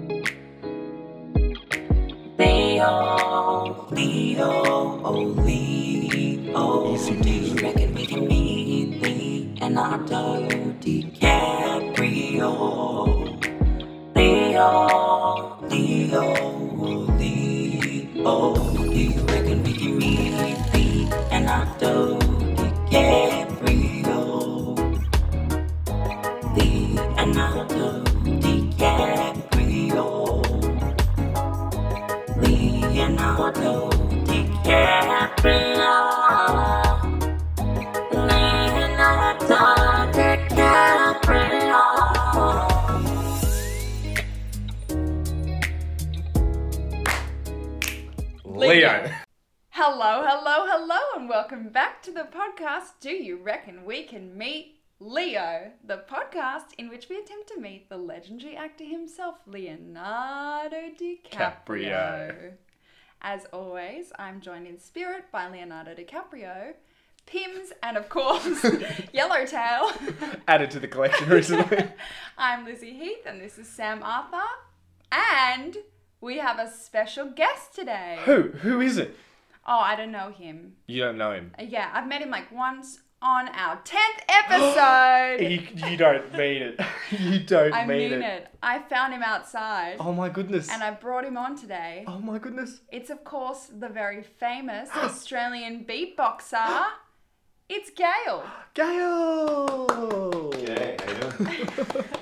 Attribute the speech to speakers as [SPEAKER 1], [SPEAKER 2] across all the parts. [SPEAKER 1] oh, Leonardo DiCaprio. Leo, oh, Leo, Leo. oh, You reckon we can meet Leonardo DiCaprio? Leonardo DiCaprio. Leonardo DiCaprio. Leonardo DiCaprio.
[SPEAKER 2] Leo.
[SPEAKER 3] Hello, hello, hello, and welcome back to the podcast. Do you reckon we can meet Leo? The podcast in which we attempt to meet the legendary actor himself, Leonardo DiCaprio.
[SPEAKER 2] Caprio.
[SPEAKER 3] As always, I'm joined in spirit by Leonardo DiCaprio, Pims, and of course, Yellowtail.
[SPEAKER 2] Added to the collection recently.
[SPEAKER 3] I'm Lizzie Heath, and this is Sam Arthur, and we have a special guest today.
[SPEAKER 2] who? Who is it?
[SPEAKER 3] Oh, I don't know him.
[SPEAKER 2] You don't know him.
[SPEAKER 3] Uh, Yeah, I've met him like once on our 10th episode.
[SPEAKER 2] You, you don't mean it. You don't
[SPEAKER 3] I
[SPEAKER 2] mean,
[SPEAKER 3] mean it. I found him outside
[SPEAKER 2] Oh my goodness.
[SPEAKER 3] and I brought him on today.
[SPEAKER 2] oh my goodness.
[SPEAKER 3] It's, of course, the very famous Australian beatboxer. It's Gail.
[SPEAKER 2] Gail.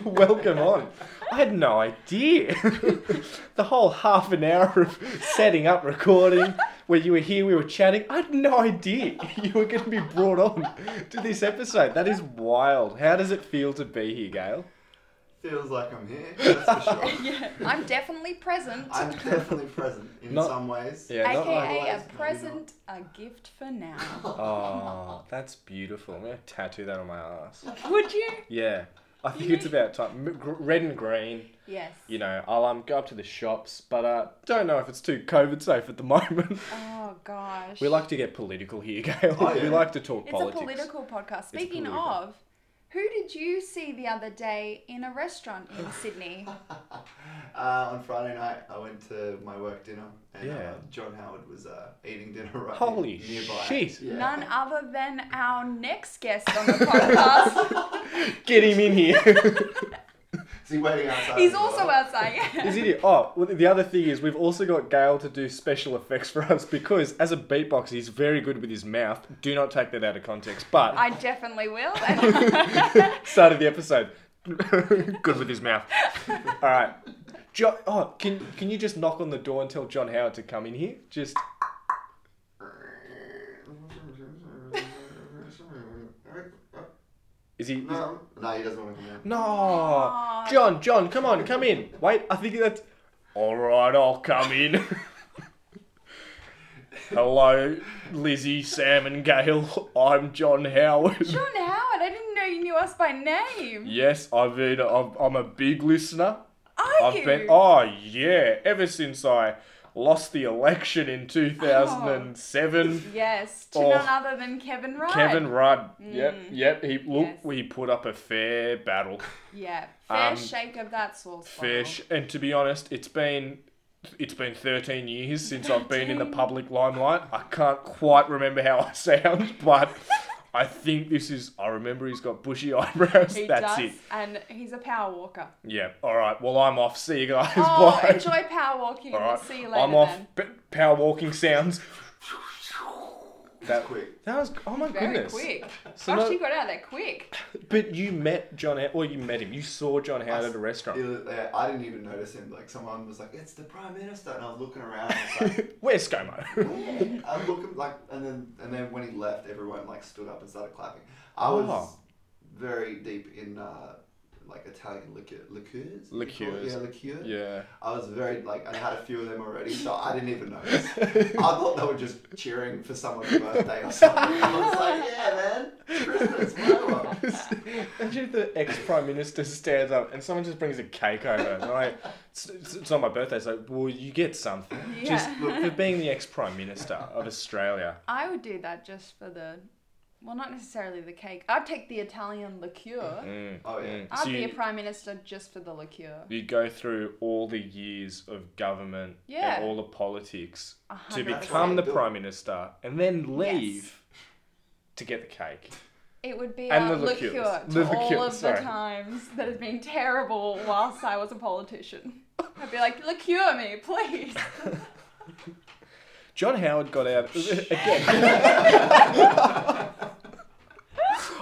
[SPEAKER 2] Welcome on. I had no idea. the whole half an hour of setting up recording, where you were here, we were chatting. I had no idea you were going to be brought on to this episode. That is wild. How does it feel to be here, Gail?
[SPEAKER 4] Feels like I'm here, that's for sure.
[SPEAKER 3] Yeah, I'm definitely present.
[SPEAKER 4] I'm definitely present in
[SPEAKER 2] Not-
[SPEAKER 4] some ways.
[SPEAKER 2] Yeah, not like-
[SPEAKER 3] AKA
[SPEAKER 4] likewise,
[SPEAKER 3] a
[SPEAKER 4] no,
[SPEAKER 3] present, a gift for now.
[SPEAKER 2] Oh, that's beautiful. I'm gonna tattoo that on my ass.
[SPEAKER 3] Would you?
[SPEAKER 2] Yeah, I think it's about time. M- gr- Red and green.
[SPEAKER 3] Yes.
[SPEAKER 2] You know, I'll um go up to the shops, but uh, don't know if it's too COVID safe at the moment.
[SPEAKER 3] Oh, gosh.
[SPEAKER 2] we like to get political here, Gail.
[SPEAKER 4] Oh, yeah.
[SPEAKER 2] We like to talk
[SPEAKER 3] It's
[SPEAKER 2] politics.
[SPEAKER 3] a political podcast. Speaking
[SPEAKER 2] political.
[SPEAKER 3] of, who did you see the other day in a restaurant in Sydney?
[SPEAKER 4] Uh, on Friday night, I went to my work dinner, and
[SPEAKER 2] Yeah.
[SPEAKER 4] uh, John Howard was uh, eating dinner right
[SPEAKER 2] Holy
[SPEAKER 4] ne- nearby.
[SPEAKER 2] shit.
[SPEAKER 4] Yeah.
[SPEAKER 3] None other than our next guest on the podcast.
[SPEAKER 2] Get him in here.
[SPEAKER 4] Is he waiting outside?
[SPEAKER 3] He's
[SPEAKER 4] as
[SPEAKER 3] also
[SPEAKER 4] well?
[SPEAKER 3] outside.
[SPEAKER 2] Is it? here? Oh, well, the other thing is we've also got Gail to do special effects for us because as a beatboxer, he's very good with his mouth. Do not take that out of context. But
[SPEAKER 3] I definitely will. And
[SPEAKER 2] Start of the episode. Good with his mouth. All right. Jo- oh, can can you just knock on the door and tell John Howard to come in here? Just is he? is-
[SPEAKER 4] No, no, he doesn't want to come in.
[SPEAKER 2] no, John, John, come on, come in. Wait, I think that's. All right, I'll come in. Hello, Lizzie, Sam, and Gail. I'm John Howard.
[SPEAKER 3] John Howard, I didn't know you knew us by name.
[SPEAKER 2] Yes, I've been. I'm, I'm a big listener.
[SPEAKER 3] Are
[SPEAKER 2] I've
[SPEAKER 3] you?
[SPEAKER 2] been. Oh yeah, ever since I lost the election in 2007.
[SPEAKER 3] Yes, to
[SPEAKER 2] Oh.
[SPEAKER 3] none other than Kevin Wright.
[SPEAKER 2] Kevin Rudd. Yep, yep. He look.
[SPEAKER 3] Oh. Mm. Yes.
[SPEAKER 2] He put up a fair battle.
[SPEAKER 3] Yeah, fair
[SPEAKER 2] Um,
[SPEAKER 3] shake of that sauce.
[SPEAKER 2] Fair sh and to be honest, it's been. It's been 13 years since I've been in the
[SPEAKER 3] 13.
[SPEAKER 2] public limelight. I can't quite remember how I sound, but I think this is. I remember he's got bushy eyebrows.
[SPEAKER 3] He
[SPEAKER 2] That's it.
[SPEAKER 3] does, and he's a power walker.
[SPEAKER 2] Yeah. All right. Well, I'm off. See you guys.
[SPEAKER 3] Oh,
[SPEAKER 2] Bye.
[SPEAKER 3] enjoy power walking.
[SPEAKER 2] All
[SPEAKER 3] and We'll
[SPEAKER 2] right.
[SPEAKER 3] see you later.
[SPEAKER 2] I'm off.
[SPEAKER 3] Then.
[SPEAKER 2] B- power walking sounds. That,
[SPEAKER 4] Quick.
[SPEAKER 2] that was oh my
[SPEAKER 3] Very
[SPEAKER 2] goodness.
[SPEAKER 3] quick.
[SPEAKER 2] So
[SPEAKER 3] Gosh,
[SPEAKER 2] no-
[SPEAKER 3] you got out there quick.
[SPEAKER 2] But you met John, Howard- or you met him. You saw John Howard at a
[SPEAKER 4] He
[SPEAKER 2] restaurant.
[SPEAKER 4] was- yeah, I didn't even notice him. Like someone was like, "It's the prime minister," and I was looking around. And I was like,
[SPEAKER 2] Where's ScoMo?
[SPEAKER 4] "Yeah." I'm looking like, and then and then when he left, everyone like stood up and started clapping. I was
[SPEAKER 2] Oh.
[SPEAKER 4] very deep in uh, like Italian liquor, liqueurs. is it called?
[SPEAKER 2] Liqueurs.
[SPEAKER 4] Yeah, liqueur.
[SPEAKER 2] yeah.
[SPEAKER 4] I was very like I had a few of them already, so I didn't even notice. I thought they were just cheering for someone's birthday or something. I was like, yeah, man, Christmas, whatever.
[SPEAKER 2] Imagine if the ex prime minister stands up and someone just brings a cake over. And they're like, it's, it's, it's not my birthday. It's like, well, you get something. Just
[SPEAKER 3] Yeah.
[SPEAKER 2] for being the ex prime minister of Australia.
[SPEAKER 3] I would do that just for the, well, not necessarily the cake. I'd take the Italian liqueur.
[SPEAKER 2] Mm,
[SPEAKER 4] Oh, yeah.
[SPEAKER 2] mm.
[SPEAKER 3] I'd
[SPEAKER 2] So
[SPEAKER 3] be a
[SPEAKER 2] you,
[SPEAKER 3] prime minister just for the liqueur.
[SPEAKER 2] you go through all the years of government
[SPEAKER 3] Yeah.
[SPEAKER 2] and all the politics
[SPEAKER 3] A
[SPEAKER 2] to
[SPEAKER 3] hundred
[SPEAKER 4] That's
[SPEAKER 2] become
[SPEAKER 4] what
[SPEAKER 2] the
[SPEAKER 4] I do.
[SPEAKER 2] prime minister and then leave to get the cake.
[SPEAKER 3] It would be
[SPEAKER 2] And the
[SPEAKER 3] our look
[SPEAKER 2] liqueurs.
[SPEAKER 3] cure to
[SPEAKER 2] The
[SPEAKER 3] all
[SPEAKER 2] liqueurs,
[SPEAKER 3] of
[SPEAKER 2] sorry.
[SPEAKER 3] the times that have been terrible whilst I was a politician. I'd be like, look cure me, please.
[SPEAKER 2] John Howard got out again.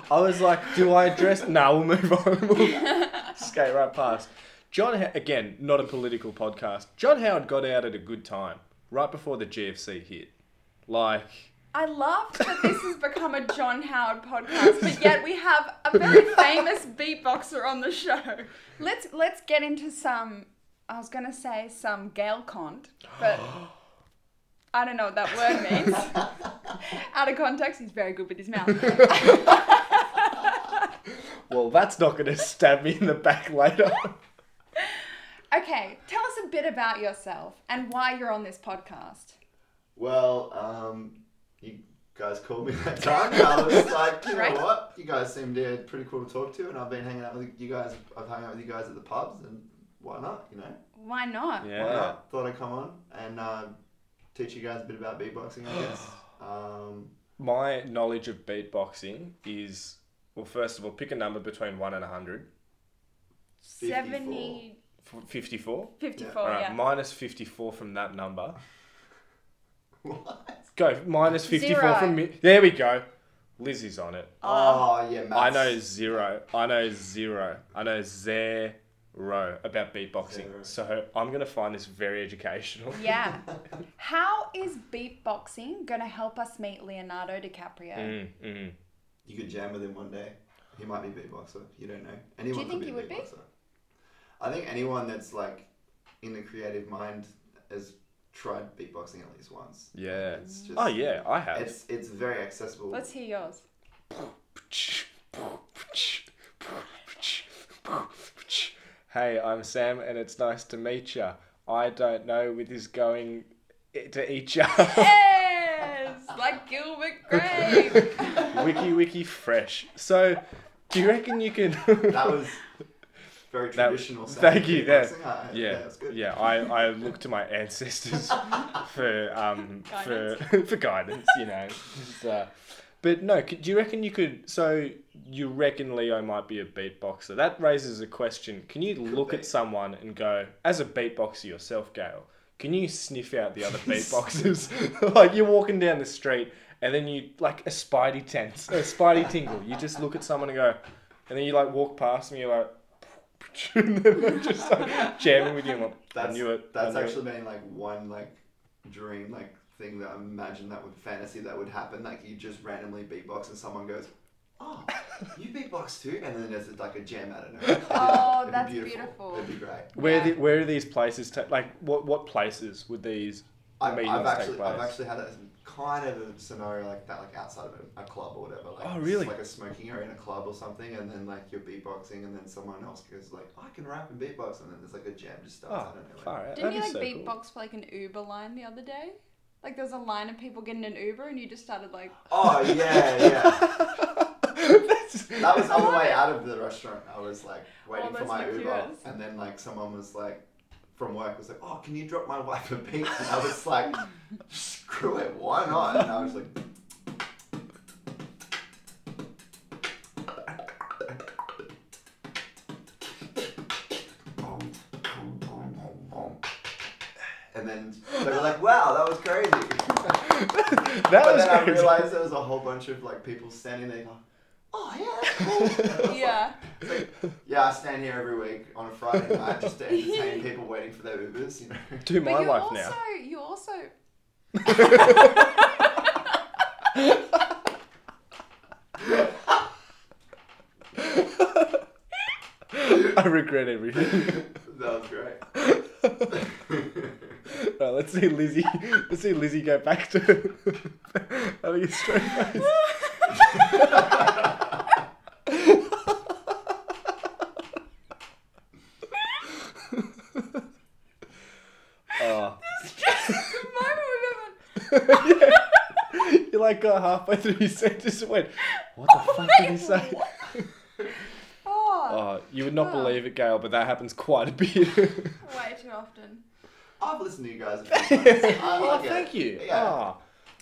[SPEAKER 2] I was like, do I address? No, we'll move on. We'll skate right past. John, Ho- again, not a political podcast. John Howard got out at a good time, right before the GFC hit. Like,
[SPEAKER 3] I love that this has become a John Howard podcast, but yet we have a very famous beatboxer on the show. Let's let's get into some. I was gonna say some Gail cont, but I don't know what that word means. Out of context, he's very good with his mouth.
[SPEAKER 2] well, that's not going to stab me in the back later.
[SPEAKER 3] Okay, tell us a bit about yourself and why you're on this podcast.
[SPEAKER 4] Well, um, you guys called me that time. and I was like, you
[SPEAKER 3] Right.
[SPEAKER 4] know what? You guys seemed yeah, pretty cool to talk to, and I've been hanging out with you guys. I've hung out with you guys at the pubs, and why not? You know,
[SPEAKER 3] Why not?
[SPEAKER 4] why
[SPEAKER 2] Yeah.
[SPEAKER 4] not? Thought I'd come on and uh, teach you guys a bit about beatboxing, I guess. Um,
[SPEAKER 2] My knowledge of beatboxing is, well, first of all, pick a number between 1 and 100.
[SPEAKER 3] 70,
[SPEAKER 2] 54?
[SPEAKER 3] 54,
[SPEAKER 2] All right,
[SPEAKER 3] Oh, yeah.
[SPEAKER 2] minus 54 from that number.
[SPEAKER 3] Uh.
[SPEAKER 4] what?
[SPEAKER 2] Go minus 54
[SPEAKER 3] Zero.
[SPEAKER 2] from me. There we go. Lizzie's on it.
[SPEAKER 4] Oh yeah,
[SPEAKER 2] I
[SPEAKER 4] maths.
[SPEAKER 2] know zero. I know zero. I know zero about beatboxing.
[SPEAKER 4] Zero.
[SPEAKER 2] So I'm going to find this very educational.
[SPEAKER 3] yeah. How is beatboxing going to help us meet Leonardo DiCaprio?
[SPEAKER 2] Mm, mm.
[SPEAKER 4] You could jam with him one day. He might be a beatboxer. You don't know. Anyone
[SPEAKER 3] think
[SPEAKER 4] could
[SPEAKER 3] he
[SPEAKER 4] be a
[SPEAKER 3] would be?
[SPEAKER 4] beatboxer. I think anyone that's like in a creative mind has tried beatboxing at least once.
[SPEAKER 2] Yeah.
[SPEAKER 4] It's just,
[SPEAKER 2] Oh, yeah, I have.
[SPEAKER 4] It's it's very accessible.
[SPEAKER 3] Let's hear yours.
[SPEAKER 2] Hey, I'm Sam, and it's nice to meet ya. I don't know with this going to eat ya.
[SPEAKER 3] Yes! Like Gilbert Grape!
[SPEAKER 2] wiki, wiki, fresh. So, do you reckon you can?
[SPEAKER 4] That was very
[SPEAKER 2] That-
[SPEAKER 4] traditional. sound
[SPEAKER 2] Thank you. Yeah,
[SPEAKER 4] beatboxing. I- "Ah,
[SPEAKER 2] yeah,
[SPEAKER 4] that's good.
[SPEAKER 2] yeah. I, I look to my ancestors for um for for guidance, you know. It's, uh, but no, could, do you reckon you could? So you reckon Leo might be a beatboxer? That raises a question. Can you look
[SPEAKER 4] be.
[SPEAKER 2] at someone and go, as a beatboxer yourself, Gail? Can you sniff out the other beatboxers? like you're walking down the street and then you like a spidey tense, a spidey tingle. You just look at someone and go, and then you like walk past and you're like. and then they're just like jamming with you. I'm like, I
[SPEAKER 4] That's
[SPEAKER 2] knew it. I
[SPEAKER 4] that's
[SPEAKER 2] knew it."
[SPEAKER 4] actually been like one like dream like thing that I imagine that would fantasy that would happen. Like you just randomly beatbox and someone goes, "Oh, you beatbox too," and then there's like a jam out of nowhere.
[SPEAKER 3] Oh,
[SPEAKER 4] It'd
[SPEAKER 3] that's
[SPEAKER 4] be
[SPEAKER 3] beautiful.
[SPEAKER 4] It'd be great.
[SPEAKER 2] Where
[SPEAKER 3] Yeah.
[SPEAKER 2] the, where are these places? Ta- like what what places would these
[SPEAKER 4] I've,
[SPEAKER 2] meetings
[SPEAKER 4] I've
[SPEAKER 2] take
[SPEAKER 4] actually,
[SPEAKER 2] place?
[SPEAKER 4] I've actually had a kind of a scenario like that, like outside of a, a club or whatever. Like,
[SPEAKER 2] Oh,
[SPEAKER 4] it's
[SPEAKER 2] really?
[SPEAKER 4] Like a smoking area in a club or something, and then like you're beatboxing, and then someone else goes like, "I can rap and beatbox," and then there's like a jam just starts.
[SPEAKER 2] Oh,
[SPEAKER 4] out of nowhere.
[SPEAKER 2] far out.
[SPEAKER 3] Didn't
[SPEAKER 2] That'd be
[SPEAKER 3] you like
[SPEAKER 2] so cool.
[SPEAKER 3] beatbox for like an Uber line the other day? Like there was a line of people getting an Uber and you just started like,
[SPEAKER 4] Oh yeah, yeah.
[SPEAKER 2] That's-
[SPEAKER 4] That was on the way out of the restaurant. I was like waiting for
[SPEAKER 3] Almost
[SPEAKER 4] my Uber,
[SPEAKER 3] luxurious.
[SPEAKER 4] and then like someone was like from work was like, "Oh, can you drop my wife a beat?" And I was like, "Screw it, why not?" And I was like. And then they were like, "Wow, that was crazy."
[SPEAKER 2] that
[SPEAKER 4] But
[SPEAKER 2] was
[SPEAKER 4] then
[SPEAKER 2] crazy.
[SPEAKER 4] I realized there was a whole bunch of like people standing there. Going, oh yeah, that's cool.
[SPEAKER 3] yeah.
[SPEAKER 4] yeah, I stand here every week on a Friday night just to entertain people waiting for their Ubers. You know.
[SPEAKER 2] Do
[SPEAKER 3] But
[SPEAKER 2] my
[SPEAKER 3] you
[SPEAKER 2] life
[SPEAKER 3] also,
[SPEAKER 2] now.
[SPEAKER 3] you also.
[SPEAKER 2] I regret everything.
[SPEAKER 4] that was great.
[SPEAKER 2] right, let's see Lizzie. Let's see Lizzie go back to having a straight face. Oh.
[SPEAKER 3] Just the moment we've ever-
[SPEAKER 2] yeah. You like got halfway through your sentence and went, "What the fuck did he say?"
[SPEAKER 3] Oh,
[SPEAKER 2] Oh, you would not
[SPEAKER 3] Oh.
[SPEAKER 2] believe it, Gail, but that happens quite a bit.
[SPEAKER 3] way too often.
[SPEAKER 4] I've listened to you guys. A few times. I
[SPEAKER 2] oh,
[SPEAKER 4] like it.
[SPEAKER 2] thank you.
[SPEAKER 4] Yeah.
[SPEAKER 2] Oh.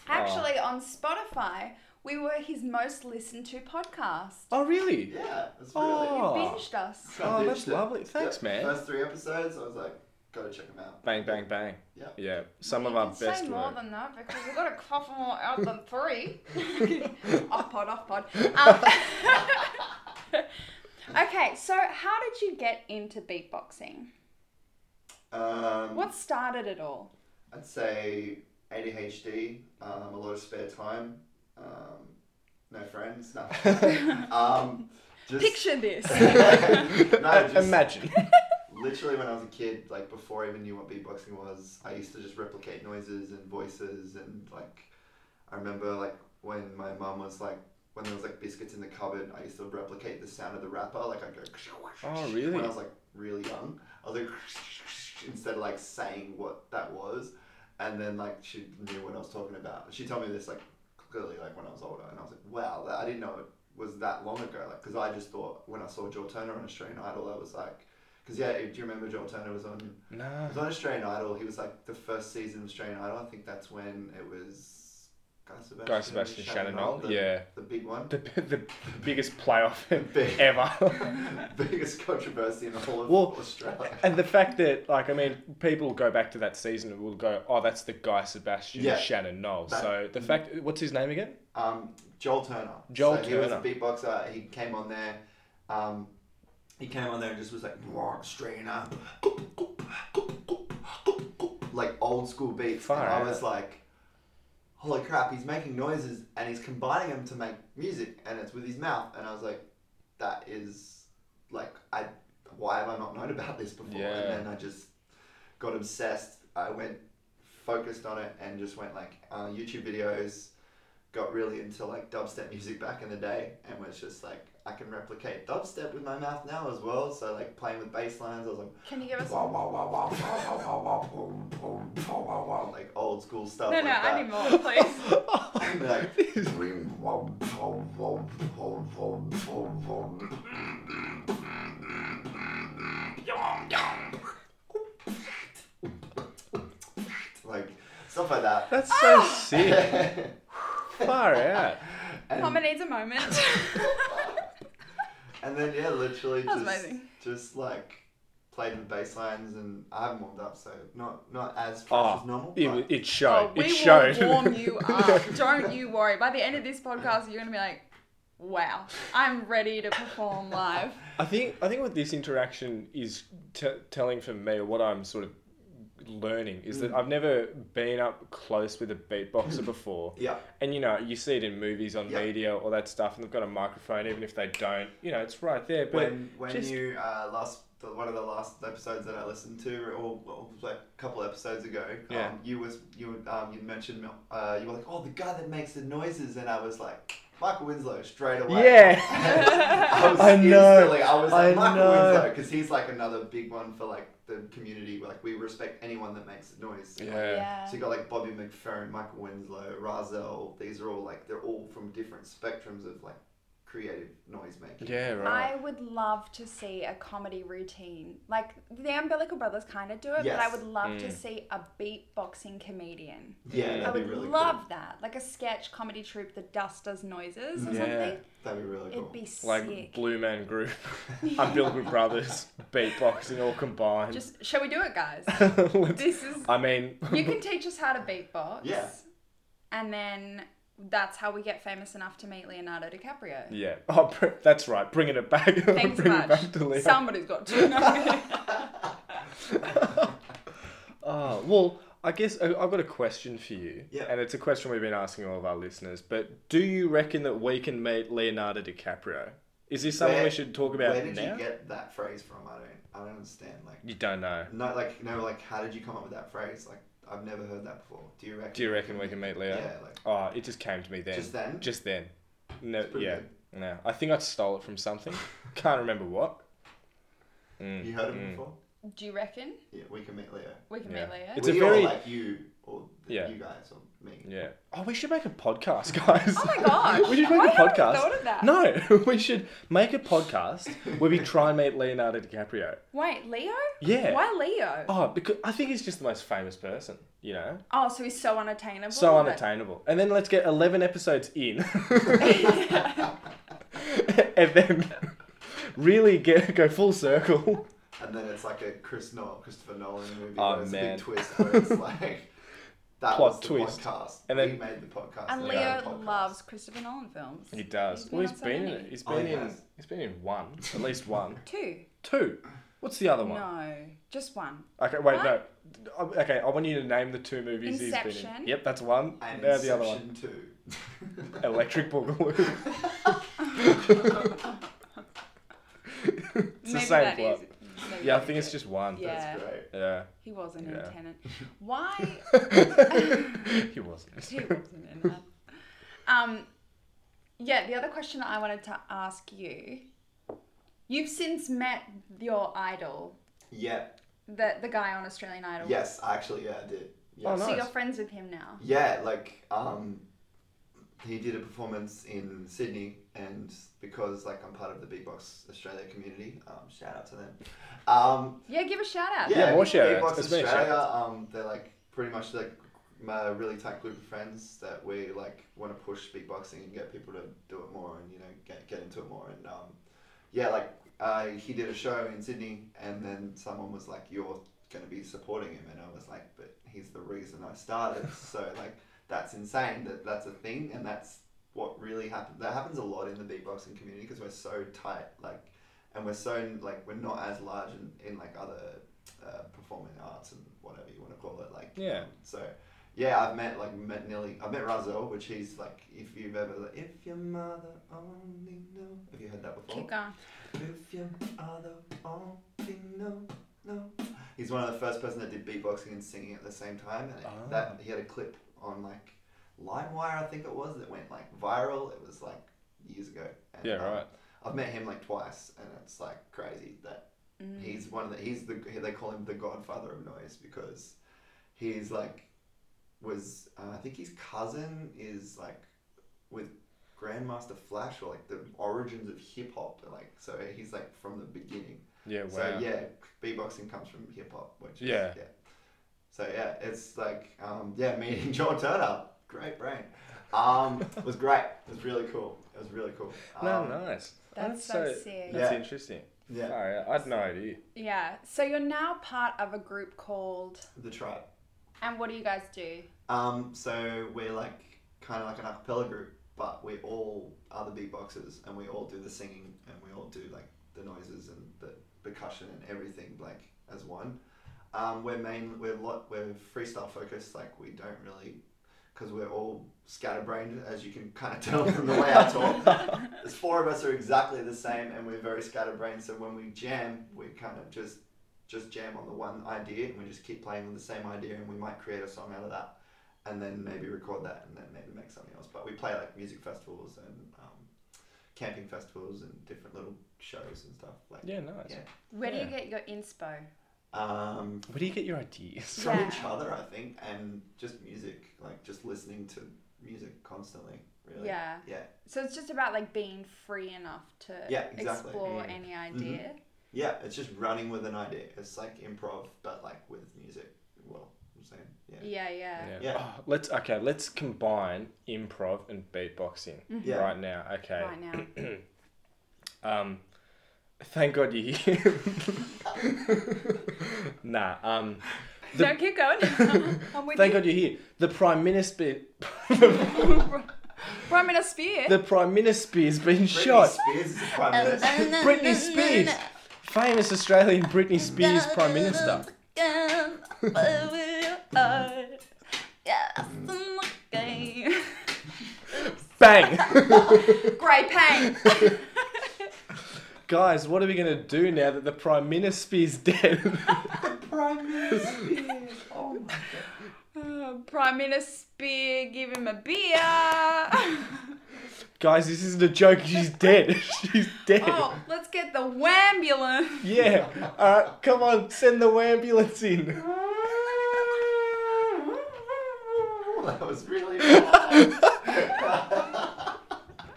[SPEAKER 3] Actually, on Spotify, We were his most listened to podcast.
[SPEAKER 2] Oh, really?
[SPEAKER 4] Yeah, it's really.
[SPEAKER 2] Oh.
[SPEAKER 3] Binged us.
[SPEAKER 4] I
[SPEAKER 2] Oh,
[SPEAKER 4] bitched
[SPEAKER 2] that's
[SPEAKER 4] it.
[SPEAKER 2] lovely. Thanks,
[SPEAKER 4] Yeah,
[SPEAKER 2] man.
[SPEAKER 4] First three episodes, I was like, gotta check them out.
[SPEAKER 2] Bang, bang, bang.
[SPEAKER 4] Yeah.
[SPEAKER 2] Yeah, some of
[SPEAKER 3] You
[SPEAKER 2] our
[SPEAKER 3] can
[SPEAKER 2] best
[SPEAKER 3] say more
[SPEAKER 2] work.
[SPEAKER 3] than that because we've got a couple more out than three. off pod, off pod. Um, okay, so how did you get into beatboxing?
[SPEAKER 4] Um,
[SPEAKER 3] What started it all?
[SPEAKER 4] I'd say ADHD, um, a lot of spare time, um, no friends, nothing. um, just
[SPEAKER 3] Picture this.
[SPEAKER 4] no, just
[SPEAKER 2] Uh, Imagine.
[SPEAKER 4] literally when I was a kid, like before I even knew what beatboxing was, I used to just replicate noises and voices and like I remember like when my mum was like when there was like biscuits in the cupboard, I used to replicate the sound of the rapper. Like I go.
[SPEAKER 2] Oh, really?
[SPEAKER 4] When I was like really young, I was like instead of like saying what that was, and then like she knew what I was talking about. She told me this like clearly like when I was older, and I was like, wow, that, I didn't know it was that long ago. Like because I just thought when I saw Joel Turner on Australian Idol, I was like, because yeah, do you remember Joel Turner was on?
[SPEAKER 2] no.
[SPEAKER 4] It was on Australian Idol. He was like the first season of Australian Idol. I think that's when it was Guy Sebastian,
[SPEAKER 2] Guy Sebastian Shannon Knoll,
[SPEAKER 4] the,
[SPEAKER 2] yeah.
[SPEAKER 4] the big one,
[SPEAKER 2] The, the biggest playoff
[SPEAKER 4] Big.
[SPEAKER 2] ever.
[SPEAKER 4] biggest controversy in all of
[SPEAKER 2] Well,
[SPEAKER 4] Australia.
[SPEAKER 2] and the fact that, like, I mean, people go back to that season and will go, oh, that's the guy Sebastian
[SPEAKER 4] Yeah.
[SPEAKER 2] Shannon Knoll.
[SPEAKER 4] That-
[SPEAKER 2] so the fact, what's his name again?
[SPEAKER 4] Um, Joel Turner.
[SPEAKER 2] Joel
[SPEAKER 4] so He was a
[SPEAKER 2] Turner.
[SPEAKER 4] beatboxer. He came on there. Um, he came on there and just was like, rock, straighten up. Like old school beats.
[SPEAKER 2] Far
[SPEAKER 4] and I
[SPEAKER 2] out.
[SPEAKER 4] was like, holy crap, he's making noises and he's combining them to make music and it's with his mouth. And I was like, that is like, I why have I not known about this before?
[SPEAKER 2] Yeah.
[SPEAKER 4] And then I just got obsessed. I went focused on it and just went like uh, YouTube videos. Got really into like dubstep music back in the day, and was just like I can replicate dubstep with my mouth now as well. So like playing with bass lines, I was like
[SPEAKER 3] Can you give us?
[SPEAKER 4] wow wow wow wow wow wow wow boom boom wow wow wow like old school stuff.
[SPEAKER 3] No,
[SPEAKER 4] like
[SPEAKER 3] no,
[SPEAKER 4] that.
[SPEAKER 3] I need more, please.
[SPEAKER 4] And like, like stuff like that.
[SPEAKER 2] That's so
[SPEAKER 3] Ah!
[SPEAKER 2] sick.
[SPEAKER 4] and,
[SPEAKER 2] Far out.
[SPEAKER 3] Mama needs a moment.
[SPEAKER 4] and then yeah, literally
[SPEAKER 3] That was
[SPEAKER 4] just
[SPEAKER 3] amazing.
[SPEAKER 4] just like played with bass lines and I haven't warmed up, so not not as fresh
[SPEAKER 2] Oh,
[SPEAKER 4] as normal.
[SPEAKER 2] it,
[SPEAKER 4] but-
[SPEAKER 2] wa- it
[SPEAKER 3] oh,
[SPEAKER 2] showed.
[SPEAKER 3] we
[SPEAKER 2] it showed.
[SPEAKER 3] will warm you up. Don't you worry. By the end of this podcast, you're gonna be like, "Wow, I'm ready to perform live."
[SPEAKER 2] I think I think what this interaction is t- telling for me, or what I'm sort of learning, is
[SPEAKER 4] Mm.
[SPEAKER 2] that I've never been up close with a beatboxer before.
[SPEAKER 4] yeah.
[SPEAKER 2] And you know, you see it in movies, on
[SPEAKER 4] Yeah.
[SPEAKER 2] media, all that stuff, and they've got a microphone. Even if they don't, you know, it's right there. But
[SPEAKER 4] when when
[SPEAKER 2] just-
[SPEAKER 4] you uh, last the, one of the last episodes that I listened to, or, or like a couple episodes ago,
[SPEAKER 2] Yeah.
[SPEAKER 4] um, you was you um, you mentioned uh, you were like, oh, the guy that makes the noises, and I was like, Michael Winslow straight away.
[SPEAKER 2] Yeah.
[SPEAKER 4] I was
[SPEAKER 2] I know,
[SPEAKER 4] instantly- I was like
[SPEAKER 2] I
[SPEAKER 4] Michael
[SPEAKER 2] know.
[SPEAKER 4] Winslow because he's like another big one for like the community. Like we respect anyone that makes a noise.
[SPEAKER 2] yeah,
[SPEAKER 3] Yeah.
[SPEAKER 4] So you got like Bobby McFerrin, Michael Winslow, Razel. These are all like they're all from different spectrums of like creative noise making.
[SPEAKER 2] Yeah, right.
[SPEAKER 3] I would love to see a comedy routine. Like the Umbilical Brothers kind of do it, but I
[SPEAKER 4] Yes.
[SPEAKER 3] would love
[SPEAKER 2] Mm.
[SPEAKER 3] to see a beatboxing comedian.
[SPEAKER 4] Yeah,
[SPEAKER 3] I
[SPEAKER 4] that'd
[SPEAKER 3] would
[SPEAKER 4] be really
[SPEAKER 3] love
[SPEAKER 4] cool.
[SPEAKER 3] that. Like a sketch comedy troupe that just does noises or
[SPEAKER 2] Yeah.
[SPEAKER 3] something.
[SPEAKER 4] That'd be really cool.
[SPEAKER 3] It'd be sick.
[SPEAKER 2] like Blue Man Group, Umbilical Brothers, beatboxing all combined.
[SPEAKER 3] just shall we do it, guys?
[SPEAKER 2] Let's-
[SPEAKER 3] this is
[SPEAKER 2] I mean,
[SPEAKER 3] you can teach us how to beatbox.
[SPEAKER 4] Yeah.
[SPEAKER 3] And then that's how we get famous enough to meet Leonardo DiCaprio.
[SPEAKER 2] yeah. Oh, br- that's right. Bringing it back.
[SPEAKER 3] Thanks
[SPEAKER 2] bringing
[SPEAKER 3] much.
[SPEAKER 2] it back to Leo.
[SPEAKER 3] Somebody's got to. No, I'm kidding.
[SPEAKER 2] Oh, well, I guess I- I've got a question for you.
[SPEAKER 4] Yeah.
[SPEAKER 2] And it's a question we've been asking all of our listeners. But do you reckon that we can meet Leonardo DiCaprio? Is this something
[SPEAKER 4] Where-
[SPEAKER 2] we should talk about
[SPEAKER 4] Where did
[SPEAKER 2] now?
[SPEAKER 4] you get that phrase from? I don't. I don't understand. Like,
[SPEAKER 2] You don't know.
[SPEAKER 4] no, like, no, like, how did you come up with that phrase? Like, I've never heard that before. Do you reckon?
[SPEAKER 2] Do you reckon we can meet Leo?
[SPEAKER 4] Yeah, like-
[SPEAKER 2] oh, it just came to me then.
[SPEAKER 4] Just then?
[SPEAKER 2] Just then. No,
[SPEAKER 4] pretty
[SPEAKER 2] yeah.
[SPEAKER 4] good.
[SPEAKER 2] No. I think I stole it from something. Can't remember what. Mm.
[SPEAKER 4] You heard it before?
[SPEAKER 3] Do you reckon
[SPEAKER 4] Yeah, we can meet Leo.
[SPEAKER 3] we can
[SPEAKER 2] Yeah.
[SPEAKER 3] meet Leo?
[SPEAKER 2] It's
[SPEAKER 4] we
[SPEAKER 2] a
[SPEAKER 4] or,
[SPEAKER 2] very-
[SPEAKER 4] like you or the,
[SPEAKER 2] Yeah.
[SPEAKER 4] you guys or me.
[SPEAKER 2] Yeah. Oh, we should make a podcast, guys.
[SPEAKER 3] Oh my gosh.
[SPEAKER 2] we should make
[SPEAKER 3] Why
[SPEAKER 2] a
[SPEAKER 3] haven't I
[SPEAKER 2] podcast.
[SPEAKER 3] thought of that?
[SPEAKER 2] No, we should make a podcast where we try and meet Leonardo DiCaprio.
[SPEAKER 3] Wait, Leo?
[SPEAKER 2] Yeah.
[SPEAKER 3] Why Leo? Oh,
[SPEAKER 2] Oh, because I think he's just the most famous person, you know?
[SPEAKER 3] so he's so unattainable.
[SPEAKER 2] So
[SPEAKER 3] that-
[SPEAKER 2] unattainable. And then let's get 11 episodes in. and then really get go full circle.
[SPEAKER 4] And then it's like a Chris Nolan, Christopher Nolan movie.
[SPEAKER 2] Oh,
[SPEAKER 4] where it's a
[SPEAKER 2] man.
[SPEAKER 4] big twist where it's like that
[SPEAKER 2] Plot
[SPEAKER 4] was the
[SPEAKER 2] twist.
[SPEAKER 4] podcast.
[SPEAKER 2] And
[SPEAKER 4] And
[SPEAKER 2] then-
[SPEAKER 4] we made the podcast.
[SPEAKER 3] And
[SPEAKER 4] we
[SPEAKER 3] Leo
[SPEAKER 4] made the podcast.
[SPEAKER 3] loves Christopher Nolan films.
[SPEAKER 2] He does.
[SPEAKER 3] He's
[SPEAKER 2] Well,
[SPEAKER 3] been
[SPEAKER 2] he's
[SPEAKER 3] on so
[SPEAKER 2] been in
[SPEAKER 3] many.
[SPEAKER 2] it. He's
[SPEAKER 4] Oh,
[SPEAKER 2] been
[SPEAKER 4] he
[SPEAKER 2] in
[SPEAKER 4] has.
[SPEAKER 2] he's been in one, at least one.
[SPEAKER 3] Two.
[SPEAKER 2] Two. What's the other one?
[SPEAKER 3] No, just one.
[SPEAKER 2] Okay, wait, no. Um,
[SPEAKER 3] What?
[SPEAKER 2] Okay, I want you to name the two movies he's been in.
[SPEAKER 3] Inception.
[SPEAKER 2] Yep, that's one.
[SPEAKER 4] And
[SPEAKER 2] now the
[SPEAKER 4] Inception
[SPEAKER 2] other one.
[SPEAKER 4] Two.
[SPEAKER 2] Electric Boogaloo. it's the
[SPEAKER 3] Maybe
[SPEAKER 2] same
[SPEAKER 3] that
[SPEAKER 2] plot.
[SPEAKER 3] is- maybe
[SPEAKER 2] Yeah, I
[SPEAKER 3] that
[SPEAKER 2] think it's
[SPEAKER 3] it.
[SPEAKER 2] just one.
[SPEAKER 3] Yeah.
[SPEAKER 4] That's great.
[SPEAKER 2] Yeah.
[SPEAKER 3] He wasn't
[SPEAKER 2] Yeah.
[SPEAKER 3] in Tenant. Why?
[SPEAKER 2] he wasn't.
[SPEAKER 3] he wasn't in that. Um, yeah, the other question I wanted to ask you you've since met your idol,
[SPEAKER 4] Yeah.
[SPEAKER 3] the, the guy on Australian Idol.
[SPEAKER 4] Yes, actually, yeah, I did. Yeah.
[SPEAKER 2] Oh,
[SPEAKER 3] So
[SPEAKER 2] nice.
[SPEAKER 3] you're friends with him now.
[SPEAKER 4] Yeah, like um, he did a performance in Sydney, and because like I'm part of the Big Box Australia community, um, shout out to them. Um,
[SPEAKER 3] Yeah, give a shout out.
[SPEAKER 4] yeah,
[SPEAKER 2] Uh, more shout-outs.
[SPEAKER 4] Big Box
[SPEAKER 2] There's many
[SPEAKER 4] Australia.
[SPEAKER 2] shout-outs.
[SPEAKER 4] Um, they're like pretty much like my really tight group of friends that we like want to push big boxing and get people to do it more and you know get get into it more and um, yeah, like uh, he did a show in Sydney, and then someone was like, "You're going to be supporting him," and I was like, "But he's the reason I started." so like, that's insane that that's a thing, and that's what really happened. That happens a lot in the beatboxing community because we're so tight, like, and we're so like we're not as large in, in like other uh, performing arts and whatever you want to call it, like. um,
[SPEAKER 2] Yeah.
[SPEAKER 4] So. Yeah, I've met like met Nilly. I've met Razel, which he's like, if you've ever, like, if your mother only knew. Have you heard that before?
[SPEAKER 3] Keep going.
[SPEAKER 4] If you are the only no, no. He's one of the first person that did beatboxing and singing at the same time, and it-
[SPEAKER 2] Ah.
[SPEAKER 4] that he had a clip on like LimeWire, I think it was, that went like viral. It was like years ago. And,
[SPEAKER 2] Yeah,
[SPEAKER 4] um,
[SPEAKER 2] right.
[SPEAKER 4] I've met him like twice, and it's like crazy that
[SPEAKER 3] Mm,
[SPEAKER 4] he's one of the he's the they call him the Godfather of noise because he's like was uh, I think his cousin is like with Grandmaster Flash or like the origins of hip hop like so he's like from the beginning.
[SPEAKER 2] Yeah, Oh, wow.
[SPEAKER 4] So yeah, beatboxing comes from hip hop, which is,
[SPEAKER 2] Yeah.
[SPEAKER 4] yeah. So yeah, it's like um, yeah, meeting John Turner, great brain, um, was great. It was really cool. It was really cool. Um,
[SPEAKER 2] No, nice.
[SPEAKER 3] That's so sick.
[SPEAKER 2] That's
[SPEAKER 4] Yeah.
[SPEAKER 2] interesting.
[SPEAKER 4] Yeah.
[SPEAKER 2] Oh, yeah. I'd no idea.
[SPEAKER 3] Yeah. So you're now part of a group called.
[SPEAKER 4] The tribe.
[SPEAKER 3] And what do you guys do?
[SPEAKER 4] Um, so we're like kind of like an acapella group, but we all are the beatboxers and we all do the singing and we all do like the noises and the percussion and everything like as one. Um, we're main we're lot we're freestyle focused like we don't really because we're all scatterbrained as you can kind of tell from the way I talk. There's four of us are exactly the same and we're very scatterbrained. So when we jam, we kind of just just jam on the one idea and we just keep playing with the same idea and we might create a song out of that and then maybe record that and then maybe make something else. But we play like music festivals and um, camping festivals and different little shows and stuff. Like
[SPEAKER 2] Yeah, nice.
[SPEAKER 4] Yeah.
[SPEAKER 3] Where do you
[SPEAKER 2] Yeah.
[SPEAKER 3] get your inspo?
[SPEAKER 4] um,
[SPEAKER 2] Where do you get your ideas?
[SPEAKER 4] from
[SPEAKER 3] Yeah.
[SPEAKER 4] each other, I think, and just music, like just listening to music constantly. Really.
[SPEAKER 3] Yeah.
[SPEAKER 4] Yeah.
[SPEAKER 3] So it's just about like being free enough to
[SPEAKER 4] Yeah, exactly. Mm-hmm.
[SPEAKER 3] explore
[SPEAKER 2] Mm.
[SPEAKER 3] any idea.
[SPEAKER 4] Yeah. It's just running with an idea. It's like improv, but like with music. Well, I'm saying. Yeah.
[SPEAKER 3] Yeah, yeah.
[SPEAKER 2] Yeah.
[SPEAKER 4] Yeah.
[SPEAKER 2] Oh, let's okay. Let's combine improv and beatboxing
[SPEAKER 3] Mm-hmm.
[SPEAKER 4] Yeah.
[SPEAKER 2] right now. Okay.
[SPEAKER 3] Right now.
[SPEAKER 2] Um, thank God you're here. nah. Um,
[SPEAKER 3] no, keep going. I'm with
[SPEAKER 2] thank
[SPEAKER 3] you.
[SPEAKER 2] God you're here. The prime minister,
[SPEAKER 3] Prime Minister Spear.
[SPEAKER 2] the prime minister has been
[SPEAKER 4] Britney
[SPEAKER 2] shot.
[SPEAKER 4] Spears is the prime minister.
[SPEAKER 2] Britney Spears, famous Australian Britney Spears prime minister. Bang.
[SPEAKER 3] Grey paint.
[SPEAKER 2] Guys, what are we going to do now that the Prime Minister is dead?
[SPEAKER 4] Prime Minister. Oh my god.
[SPEAKER 3] Uh, Prime Minister Spear, give him a beer. oh,
[SPEAKER 2] Guys, this isn't a joke. She's dead. She's dead.
[SPEAKER 3] Oh, let's get the wambulance.
[SPEAKER 2] Yeah. All right, come on, send the ambulance in.
[SPEAKER 4] That was really hard.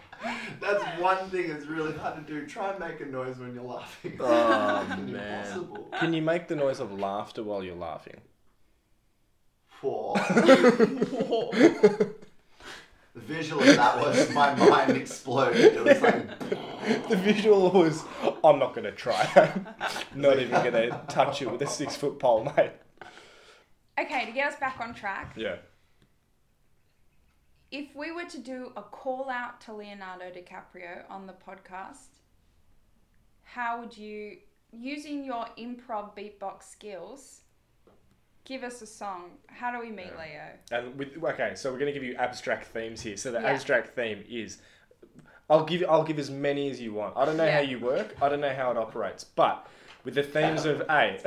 [SPEAKER 4] that's one thing that's really hard to do. Try and make a noise when you're laughing.
[SPEAKER 2] Oh,
[SPEAKER 4] It's
[SPEAKER 2] man.
[SPEAKER 4] Impossible.
[SPEAKER 2] Can you make the noise of laughter while you're laughing?
[SPEAKER 4] Poor. The visual of that was my mind exploded. It was like,
[SPEAKER 2] The visual was, I'm not gonna try. not even gonna touch it with a six foot pole, mate.
[SPEAKER 3] Okay, to get us back on track,
[SPEAKER 2] Yeah.
[SPEAKER 3] if we were to do a call out to Leonardo DiCaprio on the podcast, how would you, using your improv beatbox skills, give us a song? How do we meet Leo?
[SPEAKER 2] And with okay, so we're gonna give you abstract themes here. So the
[SPEAKER 3] Yeah.
[SPEAKER 2] abstract theme is, I'll give I'll give as many as you want. I don't know how
[SPEAKER 3] Yeah.
[SPEAKER 2] you work. I don't know how it operates, but with the themes of A,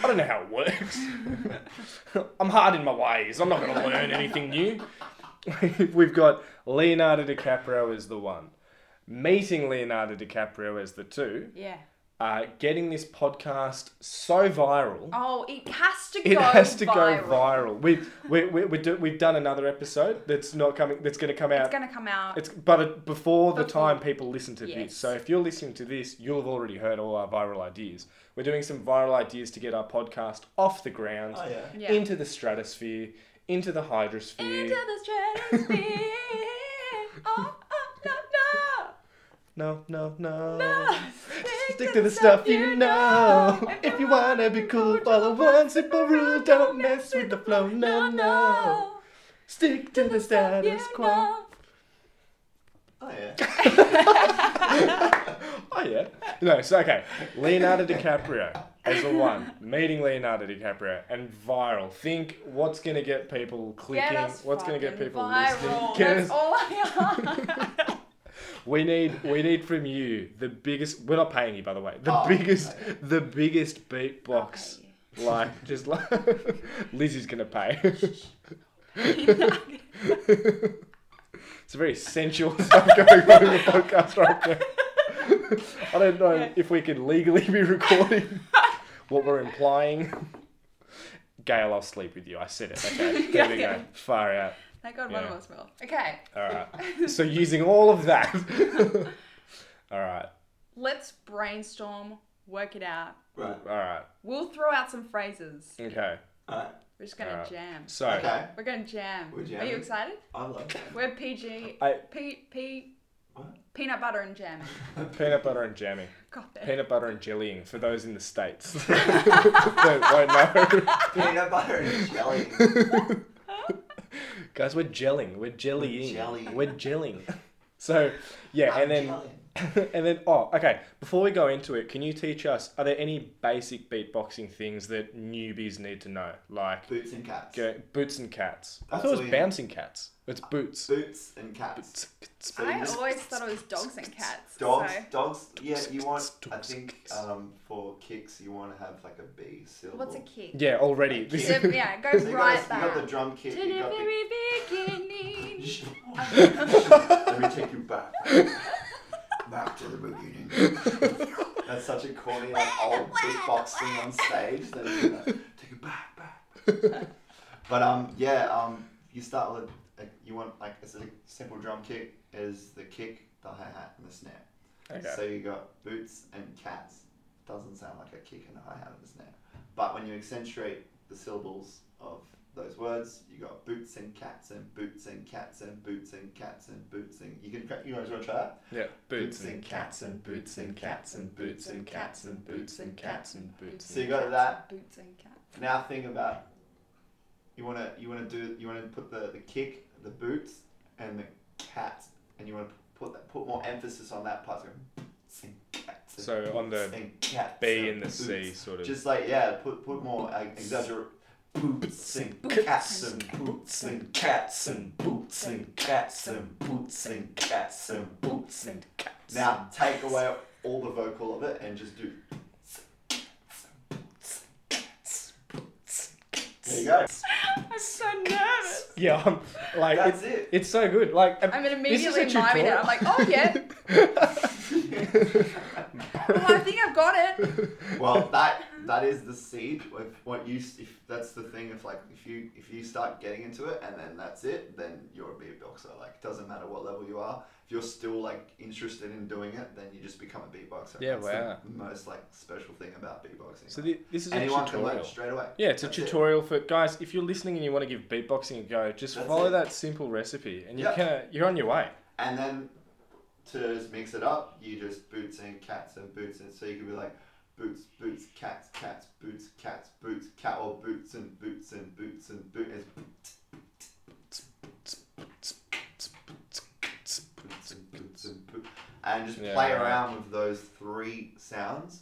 [SPEAKER 2] I don't know how it works. I'm hard in my ways. I'm not gonna learn anything new. We've got Leonardo DiCaprio as the one, meeting Leonardo DiCaprio as the two,
[SPEAKER 3] Yeah.
[SPEAKER 2] uh, getting this podcast so viral.
[SPEAKER 3] Oh, it has to go.
[SPEAKER 2] It has to
[SPEAKER 3] viral.
[SPEAKER 2] go viral. We've we, we, we do, we've done another episode that's not coming. That's going to come out.
[SPEAKER 3] It's gonna come out.
[SPEAKER 2] It's- but it, before the
[SPEAKER 3] Before-
[SPEAKER 2] time people listen to
[SPEAKER 3] Yes.
[SPEAKER 2] this. So if you're listening to this, you'll have already heard all our viral ideas. We're doing some viral ideas to get our podcast off the ground,
[SPEAKER 4] oh yeah.
[SPEAKER 3] Yeah.
[SPEAKER 2] into the stratosphere, into the hydrosphere.
[SPEAKER 3] Into the stratosphere. oh, oh, no,
[SPEAKER 2] no, no, no,
[SPEAKER 3] no.
[SPEAKER 2] Stick to the stuff you know. If you wanna be cool, follow one simple rule. Don't mess with the flow. No, no. Stick to the status quo.
[SPEAKER 4] Oh yeah.
[SPEAKER 2] Oh yeah. No, so okay. Leonardo DiCaprio as the one meeting Leonardo DiCaprio and viral. Think what's gonna get people clicking?
[SPEAKER 3] Get us
[SPEAKER 2] What's gonna get
[SPEAKER 3] fucking
[SPEAKER 2] people
[SPEAKER 3] viral.
[SPEAKER 2] listening? Get us-
[SPEAKER 3] That's all I ask.
[SPEAKER 2] we need we need from you the biggest. We're not paying you by the way. The
[SPEAKER 4] Oh,
[SPEAKER 2] biggest the biggest beatbox.
[SPEAKER 3] Okay.
[SPEAKER 2] Like just like Lizzie's gonna pay. it's a very sensual stuff going on in the podcast right now. I don't know
[SPEAKER 3] Yeah.
[SPEAKER 2] if we can legally be recording what we're implying. Gail, I'll sleep with you. I said it. Okay, there we
[SPEAKER 3] Yeah.
[SPEAKER 2] go. Far out.
[SPEAKER 3] Thank God one
[SPEAKER 2] Yeah.
[SPEAKER 3] of us will. Okay,
[SPEAKER 2] All right. So using all of that. all right.
[SPEAKER 3] let's brainstorm, work it out.
[SPEAKER 4] Right.
[SPEAKER 2] All right.
[SPEAKER 3] We'll throw out some phrases.
[SPEAKER 2] Okay.
[SPEAKER 4] Alright.
[SPEAKER 3] We're just gonna
[SPEAKER 2] Alright.
[SPEAKER 3] jam.
[SPEAKER 2] So
[SPEAKER 4] Okay.
[SPEAKER 3] We're gonna jam.
[SPEAKER 4] We're
[SPEAKER 3] Are you
[SPEAKER 4] jamming.
[SPEAKER 3] excited?
[SPEAKER 4] I love that.
[SPEAKER 3] We're PG.
[SPEAKER 2] I-
[SPEAKER 3] P, P,
[SPEAKER 4] What?
[SPEAKER 3] peanut butter and jam.
[SPEAKER 2] peanut butter and jamming.
[SPEAKER 3] God damn.
[SPEAKER 2] Peanut butter and jellying for those in the states that won't know.
[SPEAKER 4] Peanut butter and jelly.
[SPEAKER 2] Guys, we're gelling. We're jellying.
[SPEAKER 4] jellying.
[SPEAKER 2] We're gelling. So, yeah,
[SPEAKER 4] I'm
[SPEAKER 2] and then
[SPEAKER 4] jellying.
[SPEAKER 2] and then oh, okay. Before we go into it, can you teach us? Are there any basic beatboxing things that newbies need to know, like
[SPEAKER 4] Boots and cats.
[SPEAKER 2] go- boots and cats? I
[SPEAKER 4] That's
[SPEAKER 2] thought it
[SPEAKER 4] all
[SPEAKER 2] was
[SPEAKER 4] you-
[SPEAKER 2] bouncing cats. It's boots.
[SPEAKER 4] Boots and cats.
[SPEAKER 3] I
[SPEAKER 4] Boots.
[SPEAKER 3] always thought it was dogs and cats.
[SPEAKER 4] Dogs,
[SPEAKER 3] so-
[SPEAKER 4] dogs. Yeah, you want. I
[SPEAKER 2] Dogs,
[SPEAKER 4] think
[SPEAKER 2] dogs.
[SPEAKER 4] um, for kicks, you want to have like a B syllable.
[SPEAKER 3] What's a kick?
[SPEAKER 2] Yeah, already. This
[SPEAKER 3] Yeah,
[SPEAKER 2] is-
[SPEAKER 3] Um, yeah go
[SPEAKER 4] So you
[SPEAKER 3] right
[SPEAKER 4] got, a- you got the
[SPEAKER 3] there.
[SPEAKER 4] drum kick.
[SPEAKER 3] To the
[SPEAKER 4] You got the...
[SPEAKER 3] very beginning.
[SPEAKER 4] Let me take you back. Back to the beginning. That's such a corny like old beatbox thing on stage. That it's like, take it back, back. back." But um, yeah, um, you start with a, you want like it's a simple drum kick is the kick, the hi hat, and the snare.
[SPEAKER 2] Okay.
[SPEAKER 4] So you got boots and cats. Doesn't sound like a kick and a hi hat and a snare. But when you accentuate the syllables of those words, you got boots and cats and boots and cats and boots and cats and boots and you can crack. You guys want to try that?
[SPEAKER 2] yeah, boots
[SPEAKER 4] Boots
[SPEAKER 2] and
[SPEAKER 4] and
[SPEAKER 2] cats and boots and cats and boots and cats and boots and cats and boots.
[SPEAKER 4] So you
[SPEAKER 2] And...
[SPEAKER 4] got that.
[SPEAKER 3] Boots and cats.
[SPEAKER 4] Now think about you want to you want to do you want to put the, the kick, the boots, and the cat, and you want to put that, put more emphasis on that part. So boots and cats. and
[SPEAKER 2] So on the
[SPEAKER 4] boots and cats
[SPEAKER 2] B and the C
[SPEAKER 4] boots.
[SPEAKER 2] sort of.
[SPEAKER 4] Just like yeah, put put more like, exaggerate. Boots and cats and boots and cats and boots and cats and boots and cats and boots and cats. Now take away all the vocal of it and just do. go.
[SPEAKER 3] I'm so nervous.
[SPEAKER 2] Yeah, I'm, like
[SPEAKER 4] That's
[SPEAKER 2] it-
[SPEAKER 4] it.
[SPEAKER 2] It's so good. Like um,
[SPEAKER 3] I'm gonna
[SPEAKER 2] this is
[SPEAKER 3] immediately
[SPEAKER 2] a
[SPEAKER 3] mime it out. I'm like, oh,
[SPEAKER 2] yeah.
[SPEAKER 3] Oh, I think I've got it.
[SPEAKER 4] Well, that that is the seed of what you. s- If that's the thing, if like if you if you start getting into it and then that's it, then you're a beatboxer. Like it doesn't matter what level you are. If you're still like interested in doing it, then you just become a beatboxer.
[SPEAKER 2] Yeah,
[SPEAKER 4] that's
[SPEAKER 2] wow.
[SPEAKER 4] The most like special thing about beatboxing.
[SPEAKER 2] so thi- this is
[SPEAKER 4] anyone
[SPEAKER 2] a
[SPEAKER 4] can learn
[SPEAKER 2] tutorial.
[SPEAKER 4] straight away.
[SPEAKER 2] Yeah, it's a
[SPEAKER 4] That's it.
[SPEAKER 2] tutorial for guys. If you're listening and you want to give beatboxing a go, just
[SPEAKER 4] That's
[SPEAKER 2] follow
[SPEAKER 4] it.
[SPEAKER 2] that simple recipe, and you
[SPEAKER 4] Yeah.
[SPEAKER 2] can you're on your way.
[SPEAKER 4] And then to just mix it up, you just boots and cats and boots and so you could be like boots, boots, cats, cats, boots, cats, boots, cat or boots and boots and boots and boots. And boots and boots and boots. And just
[SPEAKER 2] Yeah,
[SPEAKER 4] play
[SPEAKER 2] right.
[SPEAKER 4] around with those three sounds,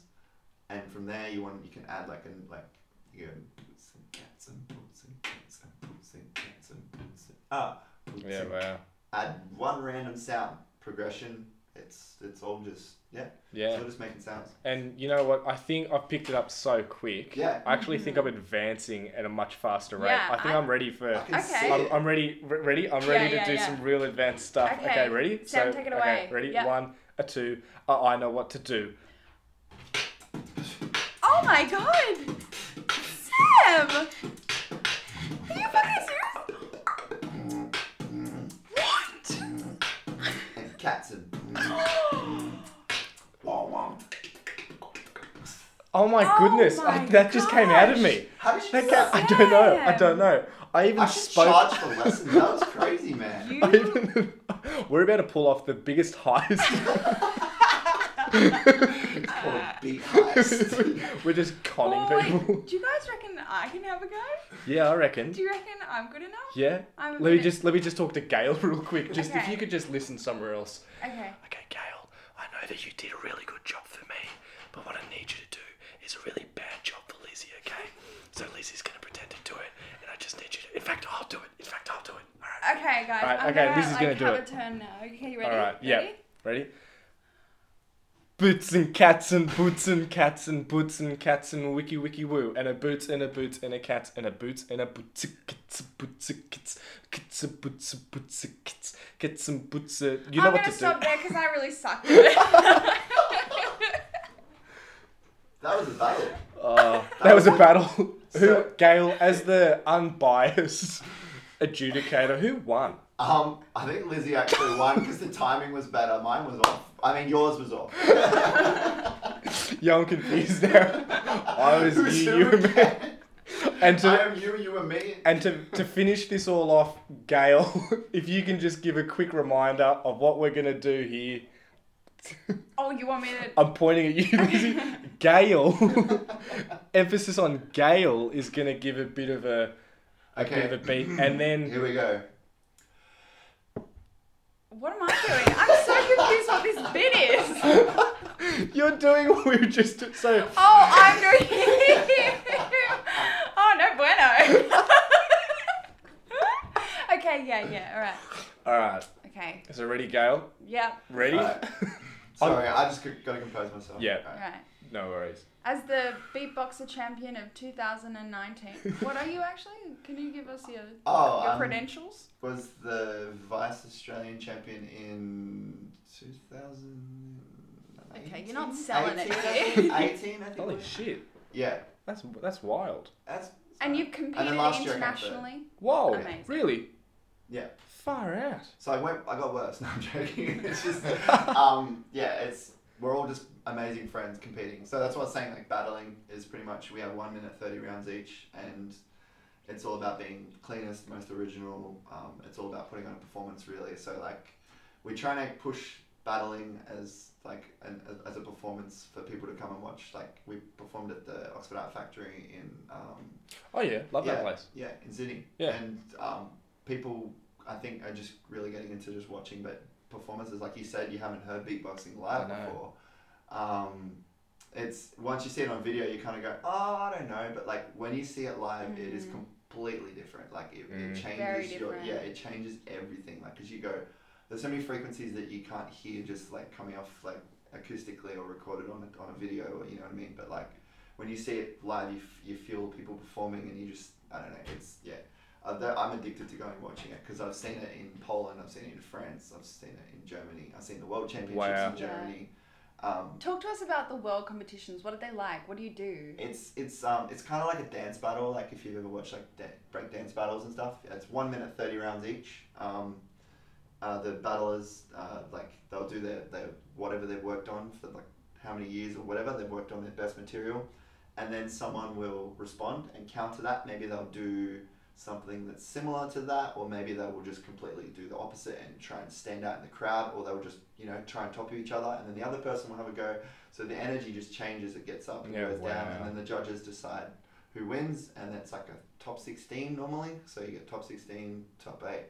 [SPEAKER 4] and from there you want you can add like and like you go boots and cats and boots and cats and boots and cats and boots and ah boots
[SPEAKER 2] Yeah,
[SPEAKER 4] and
[SPEAKER 2] wow.
[SPEAKER 4] add one random sound progression. It's it's all just yeah.
[SPEAKER 2] Yeah.
[SPEAKER 4] It's all just making sounds.
[SPEAKER 2] And you know what? I think I've picked it up so quick.
[SPEAKER 4] Yeah.
[SPEAKER 2] I actually think I'm advancing at a much faster rate.
[SPEAKER 3] Yeah,
[SPEAKER 2] I think
[SPEAKER 3] I-
[SPEAKER 2] I, am ready for.
[SPEAKER 4] I can
[SPEAKER 3] Okay.
[SPEAKER 4] see
[SPEAKER 2] I'm,
[SPEAKER 4] it.
[SPEAKER 2] I'm ready. re- Ready. I'm
[SPEAKER 3] Yeah,
[SPEAKER 2] ready to
[SPEAKER 3] yeah,
[SPEAKER 2] do
[SPEAKER 3] yeah.
[SPEAKER 2] some real advanced stuff.
[SPEAKER 3] Okay.
[SPEAKER 2] Okay. ready.
[SPEAKER 3] Sam, take it away.
[SPEAKER 2] Okay, ready.
[SPEAKER 3] Yeah.
[SPEAKER 2] One, a two. Uh, I know what to do.
[SPEAKER 3] Oh my god! Sam! Are you fucking serious? What?
[SPEAKER 4] And cats and wah, wah.
[SPEAKER 2] Oh my
[SPEAKER 3] Oh
[SPEAKER 2] goodness!
[SPEAKER 3] my
[SPEAKER 2] I, that just came out of
[SPEAKER 3] gosh.
[SPEAKER 2] me.
[SPEAKER 4] How did you
[SPEAKER 2] That
[SPEAKER 4] do
[SPEAKER 2] ca-
[SPEAKER 4] that?
[SPEAKER 2] I don't know. I don't know. I even
[SPEAKER 4] I should
[SPEAKER 2] spoke.
[SPEAKER 4] charge for lessons. That was crazy, man.
[SPEAKER 3] You
[SPEAKER 2] I even- we're about to pull off the biggest heist.
[SPEAKER 4] It's called a beat heist.
[SPEAKER 2] we're just conning
[SPEAKER 3] Oh, wait,
[SPEAKER 2] people.
[SPEAKER 3] do you guys reckon I can have a go?
[SPEAKER 2] Yeah, I reckon.
[SPEAKER 3] Do you reckon I'm good enough?
[SPEAKER 2] Yeah.
[SPEAKER 3] I'm a
[SPEAKER 2] let me
[SPEAKER 3] bit-
[SPEAKER 2] just let me just talk to Gail real quick. Just if
[SPEAKER 3] Okay.
[SPEAKER 2] you could just listen somewhere else.
[SPEAKER 3] Okay.
[SPEAKER 2] Okay, Gail, I know that you did a really good job for me, but what I need you to do is a really bad job for Lizzie, okay? So Lizzie's gonna pretend to do it, and I just need you to. In fact, I'll do it. In fact, I'll do it. All right.
[SPEAKER 3] Okay, guys.
[SPEAKER 2] Right,
[SPEAKER 3] I'm
[SPEAKER 2] okay,
[SPEAKER 3] gonna,
[SPEAKER 2] Lizzie's
[SPEAKER 3] like,
[SPEAKER 2] gonna do
[SPEAKER 3] have
[SPEAKER 2] it.
[SPEAKER 3] a turn now. Okay, you ready?
[SPEAKER 2] All right. Yeah.
[SPEAKER 3] Ready?
[SPEAKER 2] Ready? Boots and cats and boots and cats and boots and cats and wiki wiki woo and a boots and a boots and a cat and a boots and a boots a kits a boots a kits kits a boots a boots a kits kits and boots a you know
[SPEAKER 3] I'm
[SPEAKER 2] what
[SPEAKER 3] gonna
[SPEAKER 2] to
[SPEAKER 3] stop
[SPEAKER 2] do.
[SPEAKER 3] there because I really suck at it.
[SPEAKER 4] That was a battle.
[SPEAKER 2] Uh, that was a battle. Who Gail as the unbiased adjudicator? Who won?
[SPEAKER 4] Um, I think Lizzie actually won because the timing was better. Mine was off. I mean, yours was off.
[SPEAKER 2] Yeah, I'm confused now. I was
[SPEAKER 4] Who's
[SPEAKER 2] you,
[SPEAKER 4] who
[SPEAKER 2] you and me.
[SPEAKER 4] again?
[SPEAKER 2] And to
[SPEAKER 4] I am you, you and me.
[SPEAKER 2] And to, to finish this all off, Gail, if you can just give a quick reminder of what we're going to do here.
[SPEAKER 3] oh, you want me to?
[SPEAKER 2] I'm pointing at you, Lizzie. Gail, emphasis on Gail, is going to give a bit of a, a bit of a
[SPEAKER 4] Okay,
[SPEAKER 2] beat. And then,
[SPEAKER 4] here we go.
[SPEAKER 3] What am I doing? I'm so confused what this bit is.
[SPEAKER 2] you're doing what we were just do- So,
[SPEAKER 3] Oh, I'm doing. oh no bueno. okay, yeah, yeah, all right.
[SPEAKER 2] all right.
[SPEAKER 3] Okay,
[SPEAKER 2] So, ready, Gail?
[SPEAKER 3] yeah,
[SPEAKER 2] Ready?
[SPEAKER 4] Alright. Sorry, I just got to compose myself.
[SPEAKER 2] Yeah.
[SPEAKER 4] Alright.
[SPEAKER 3] all right.
[SPEAKER 2] No worries.
[SPEAKER 3] As the beatboxer champion of 2019, what are you actually? Can you give us your
[SPEAKER 4] Oh,
[SPEAKER 3] your
[SPEAKER 4] um,
[SPEAKER 3] credentials?
[SPEAKER 4] was the vice Australian champion in 2000.
[SPEAKER 3] Okay, you're not selling it
[SPEAKER 4] 18,
[SPEAKER 3] here.
[SPEAKER 4] I think. it
[SPEAKER 2] Holy
[SPEAKER 4] was.
[SPEAKER 2] shit.
[SPEAKER 4] Yeah,
[SPEAKER 2] That's, that's wild.
[SPEAKER 4] that's.
[SPEAKER 3] And you've competed
[SPEAKER 4] last year I got third.
[SPEAKER 3] internationally.
[SPEAKER 2] Wow.
[SPEAKER 3] Amazing.
[SPEAKER 2] Really?
[SPEAKER 4] Yeah,
[SPEAKER 2] Far out.
[SPEAKER 4] so I went. I got worse. No, I'm joking. It's just, um, yeah, it's we're all just amazing friends competing. So that's what I was saying. Like battling is pretty much we have one minute thirty rounds each, and it's all about being cleanest, most original. Um, it's all about putting on a performance, really. So like, we try to push battling as like an, as a performance for people to come and watch. Like we performed at the Oxford Art Factory in um,
[SPEAKER 2] Oh, yeah. Love
[SPEAKER 4] yeah,
[SPEAKER 2] that place.
[SPEAKER 4] Yeah, in Sydney.
[SPEAKER 2] Yeah.
[SPEAKER 4] And um, people, I think, are just really getting into just watching, but performances, like you said, you haven't heard beatboxing live
[SPEAKER 2] I know.
[SPEAKER 4] before. Um, it's once you see it on video, you kind of go, oh, I don't know, but like when you see it live, it is completely different. Like it,
[SPEAKER 2] Mm.
[SPEAKER 4] it changes
[SPEAKER 3] Mm. Very
[SPEAKER 4] your yeah,
[SPEAKER 3] different.
[SPEAKER 4] it changes everything. Like because you go, there's so many frequencies that you can't hear just like coming off like acoustically or recorded on a, on a video or you know what I mean. But like when you see it live, you, f- you feel people performing and you just I I don't know. It's yeah. Uh, that, I'm addicted to going and watching it because I've seen it in Poland, I've seen it in France, I've seen it in Germany, I've seen the World Championships
[SPEAKER 2] Wow.
[SPEAKER 4] in
[SPEAKER 3] Yeah.
[SPEAKER 4] Germany. Um,
[SPEAKER 3] Talk to us about the world competitions. What are they like? What do you do?
[SPEAKER 4] it's it's um it's kind of like a dance battle. Like if you've ever watched like da- break dance battles and stuff, it's one minute thirty rounds each. Um, uh, the battlers uh, like they'll do their, their whatever they've worked on for like how many years or whatever they've worked on their best material, and then someone will respond and counter that. Maybe they'll do something that's similar to that, or maybe they will just completely do the opposite and try and stand out in the crowd, or they'll just you know try and topple each other, and then the other person will have a go. So the energy just changes. It gets up and
[SPEAKER 2] Yeah,
[SPEAKER 4] goes down,
[SPEAKER 2] wow.
[SPEAKER 4] and then the judges decide who wins, and it's like a top sixteen normally. So you get top sixteen, top eight,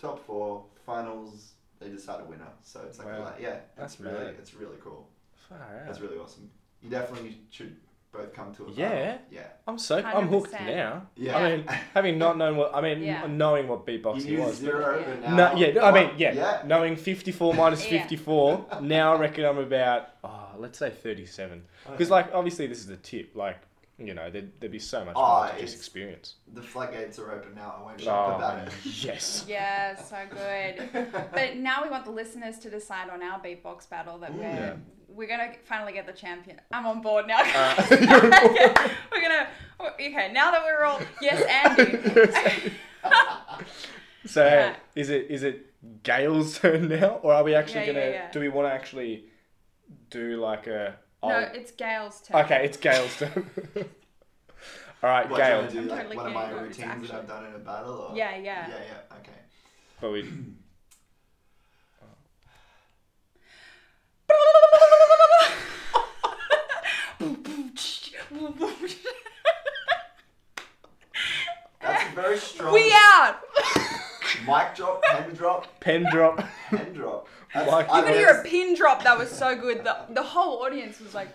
[SPEAKER 4] top four, finals. They decide a winner. So it's like,
[SPEAKER 2] Wow.
[SPEAKER 4] like, yeah,
[SPEAKER 2] That's
[SPEAKER 4] it's really
[SPEAKER 2] mad.
[SPEAKER 4] it's really cool.
[SPEAKER 2] Far out.
[SPEAKER 4] It's really awesome. You definitely should both come to it.
[SPEAKER 2] Yeah.
[SPEAKER 4] yeah,
[SPEAKER 2] I'm so I'm hooked
[SPEAKER 3] 100%.
[SPEAKER 2] now.
[SPEAKER 4] yeah.
[SPEAKER 2] I mean, having not known what I mean,
[SPEAKER 3] Yeah.
[SPEAKER 2] knowing what beatboxing
[SPEAKER 4] you
[SPEAKER 2] was.
[SPEAKER 4] use zero,
[SPEAKER 3] but-
[SPEAKER 4] but
[SPEAKER 2] No,
[SPEAKER 4] now
[SPEAKER 2] yeah, I mean, yeah,
[SPEAKER 4] yeah.
[SPEAKER 2] knowing 54 minus
[SPEAKER 3] Yeah.
[SPEAKER 2] 54, now I reckon I'm about, oh, let's say 37. Because, like, obviously, this is the tip. Like, you know, there'd, there'd be so much
[SPEAKER 4] Oh,
[SPEAKER 2] more to just
[SPEAKER 4] it's-
[SPEAKER 2] experience.
[SPEAKER 4] The floodgates are open now. I won't shut up
[SPEAKER 2] Oh,
[SPEAKER 4] about it.
[SPEAKER 2] yes.
[SPEAKER 3] Yeah, so good. But now we want the listeners to decide on our beatbox battle that we're
[SPEAKER 2] Yeah.
[SPEAKER 3] we're gonna finally get the champion. I'm on board now.
[SPEAKER 2] Uh,
[SPEAKER 3] we're gonna okay. Now that we're all yes, Andy.
[SPEAKER 2] so,
[SPEAKER 3] Yeah.
[SPEAKER 2] is it is it Gail's turn now? Or are we actually
[SPEAKER 3] Yeah,
[SPEAKER 2] going to,
[SPEAKER 3] yeah, yeah.
[SPEAKER 2] do we want to actually do like a.
[SPEAKER 3] no,
[SPEAKER 2] oh,
[SPEAKER 3] it's Gail's turn.
[SPEAKER 2] okay, it's Gail's turn. All right,
[SPEAKER 4] What,
[SPEAKER 2] Gail.
[SPEAKER 4] Do you wanna do,
[SPEAKER 3] I'm totally
[SPEAKER 4] like, one of
[SPEAKER 3] kidding, but
[SPEAKER 4] my routines
[SPEAKER 3] it's
[SPEAKER 4] that
[SPEAKER 3] actually-
[SPEAKER 4] I've done in a battle? Or?
[SPEAKER 3] Yeah, yeah.
[SPEAKER 4] Yeah, yeah. Okay.
[SPEAKER 2] But we,
[SPEAKER 4] That's a very strong.
[SPEAKER 3] we out.
[SPEAKER 4] Mic drop, pen drop,
[SPEAKER 2] pen drop.
[SPEAKER 4] pen drop. That's,
[SPEAKER 2] Mic
[SPEAKER 4] I
[SPEAKER 2] drop.
[SPEAKER 3] You could hear a pin drop. That was so good. The the whole audience was like,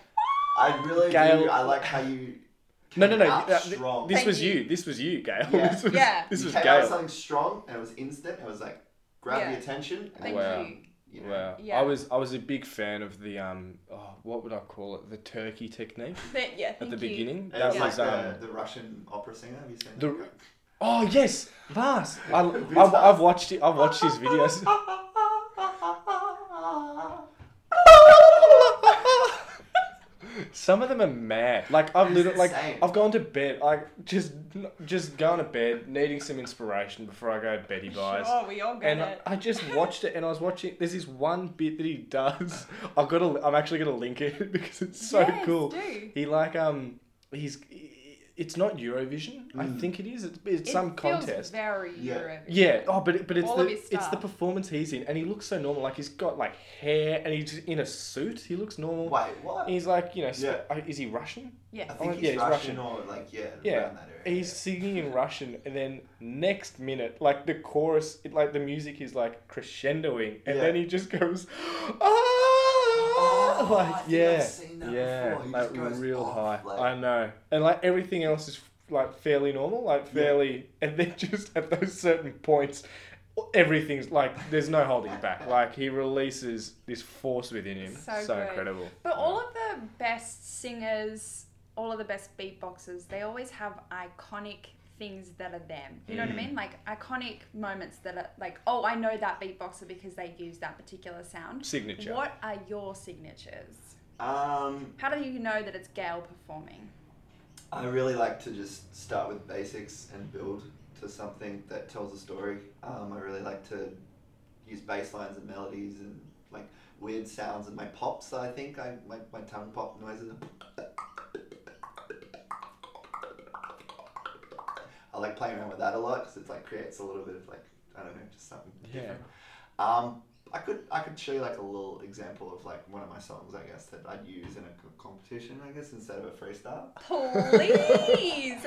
[SPEAKER 4] I really
[SPEAKER 2] Gail-
[SPEAKER 4] do. I like how you.
[SPEAKER 2] No, no, no.
[SPEAKER 4] Out
[SPEAKER 2] uh, th-
[SPEAKER 4] strong.
[SPEAKER 2] This
[SPEAKER 3] Thank
[SPEAKER 2] was
[SPEAKER 3] you.
[SPEAKER 2] you. This was you, Gail.
[SPEAKER 4] Yeah.
[SPEAKER 2] This was,
[SPEAKER 3] Yeah.
[SPEAKER 2] This
[SPEAKER 4] you
[SPEAKER 2] was
[SPEAKER 4] came out with
[SPEAKER 2] Gail.
[SPEAKER 4] something strong and it was instant. It was like grab
[SPEAKER 3] Yeah.
[SPEAKER 4] the attention. And
[SPEAKER 3] "Thank
[SPEAKER 2] Wow.
[SPEAKER 3] you."
[SPEAKER 4] you know,
[SPEAKER 2] Wow.
[SPEAKER 3] Yeah.
[SPEAKER 2] I was I was a big fan of the um oh, what would I call it the turkey technique
[SPEAKER 3] Th- yeah,
[SPEAKER 2] at
[SPEAKER 3] thank
[SPEAKER 2] the
[SPEAKER 3] you.
[SPEAKER 2] beginning.
[SPEAKER 4] It
[SPEAKER 2] that
[SPEAKER 4] was like
[SPEAKER 2] was um
[SPEAKER 4] the, the Russian opera singer. Have you seen
[SPEAKER 2] the-
[SPEAKER 4] that?
[SPEAKER 2] oh yes Vars. I,
[SPEAKER 4] Vince
[SPEAKER 2] I've, I've
[SPEAKER 4] Vaz.
[SPEAKER 2] watched it. I've watched his videos. Some of them are mad. Like I've literally, like
[SPEAKER 4] insane.
[SPEAKER 2] I've gone to bed. Like just just going to bed, needing some inspiration before I go Betty buys.
[SPEAKER 3] Sure, we all got
[SPEAKER 2] and I,
[SPEAKER 3] it.
[SPEAKER 2] I just watched it and I was watching there's this one bit that he does I've got to I'm actually gonna link it because it's so
[SPEAKER 3] Yes,
[SPEAKER 2] cool
[SPEAKER 3] do.
[SPEAKER 2] he like um he's it's not Eurovision I think it is it's, it's
[SPEAKER 3] It
[SPEAKER 2] some
[SPEAKER 3] feels
[SPEAKER 2] contest
[SPEAKER 3] Very
[SPEAKER 4] Yeah.
[SPEAKER 3] Eurovision.
[SPEAKER 2] yeah oh but it- but it's
[SPEAKER 3] All
[SPEAKER 2] the,
[SPEAKER 3] of his
[SPEAKER 2] it's the
[SPEAKER 3] stuff.
[SPEAKER 2] performance he's in and he looks so normal like he's got like hair and he's in a suit he looks normal
[SPEAKER 4] Wait, what?
[SPEAKER 2] he's like you know sp-
[SPEAKER 4] Yeah.
[SPEAKER 2] uh, is he Russian
[SPEAKER 4] I
[SPEAKER 3] Yes.
[SPEAKER 4] think
[SPEAKER 2] Oh,
[SPEAKER 4] he's
[SPEAKER 2] yeah, he's
[SPEAKER 4] Russian, or like yeah,
[SPEAKER 2] Yeah,
[SPEAKER 4] around that area.
[SPEAKER 2] he's singing in Russian, and then next minute, like the chorus, it, like the music is like crescendoing, and
[SPEAKER 4] Yeah.
[SPEAKER 2] then he just goes, ah,
[SPEAKER 4] Oh, I
[SPEAKER 2] like
[SPEAKER 4] think I've
[SPEAKER 2] yeah,
[SPEAKER 4] seen that
[SPEAKER 2] yeah,
[SPEAKER 4] before. He
[SPEAKER 2] like
[SPEAKER 4] just goes
[SPEAKER 2] real
[SPEAKER 4] off,
[SPEAKER 2] high.
[SPEAKER 4] like-
[SPEAKER 2] I know, and like everything else is like fairly normal, like fairly, and then just at those certain points. Everything's like there's no holding back. Like he releases this force within him.
[SPEAKER 3] So
[SPEAKER 2] So,
[SPEAKER 3] good.
[SPEAKER 2] incredible.
[SPEAKER 3] But all of the best singers, all of the best beatboxers, they always have iconic things that are them. You know
[SPEAKER 2] Mm.
[SPEAKER 3] what I mean? Like iconic moments that are like, oh, I know that beatboxer because they use that particular sound.
[SPEAKER 2] signature.
[SPEAKER 3] What are your signatures?
[SPEAKER 4] Um,
[SPEAKER 3] How do you know that it's Gail performing?
[SPEAKER 4] I really like to just start with basics and build to something that tells a story. Um, I really like to use bass lines and melodies and like weird sounds and my pops. I think I my, my tongue pop noises. I like playing around with that a lot because it's like creates a little bit of like I don't know just something
[SPEAKER 2] Yeah.
[SPEAKER 4] different. Um, I could I could show you like a little example of like one of my songs I guess that I'd use in a c- competition I guess instead of a freestyle.
[SPEAKER 3] Please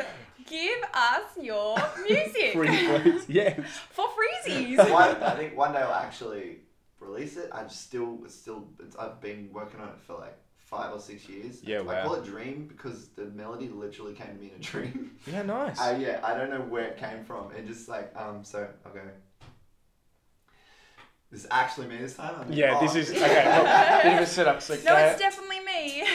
[SPEAKER 3] give us your music
[SPEAKER 2] Free plays. Yes.
[SPEAKER 3] for freezies.
[SPEAKER 4] one, I think one day I'll actually release it. I'm still, it's still, it's, I've been working on it for like five or six years.
[SPEAKER 2] Yeah,
[SPEAKER 4] I
[SPEAKER 2] wow.
[SPEAKER 4] call it dream because the melody literally came to me in a dream.
[SPEAKER 2] Yeah. Nice.
[SPEAKER 4] I, yeah, I don't know where it came from. It just like, um, so I'll go. This is actually me this time. I'm like,
[SPEAKER 2] Yeah,
[SPEAKER 4] oh,
[SPEAKER 2] this is okay. Well, bit of a setup. So
[SPEAKER 3] No,
[SPEAKER 2] Gail-
[SPEAKER 3] it's definitely me.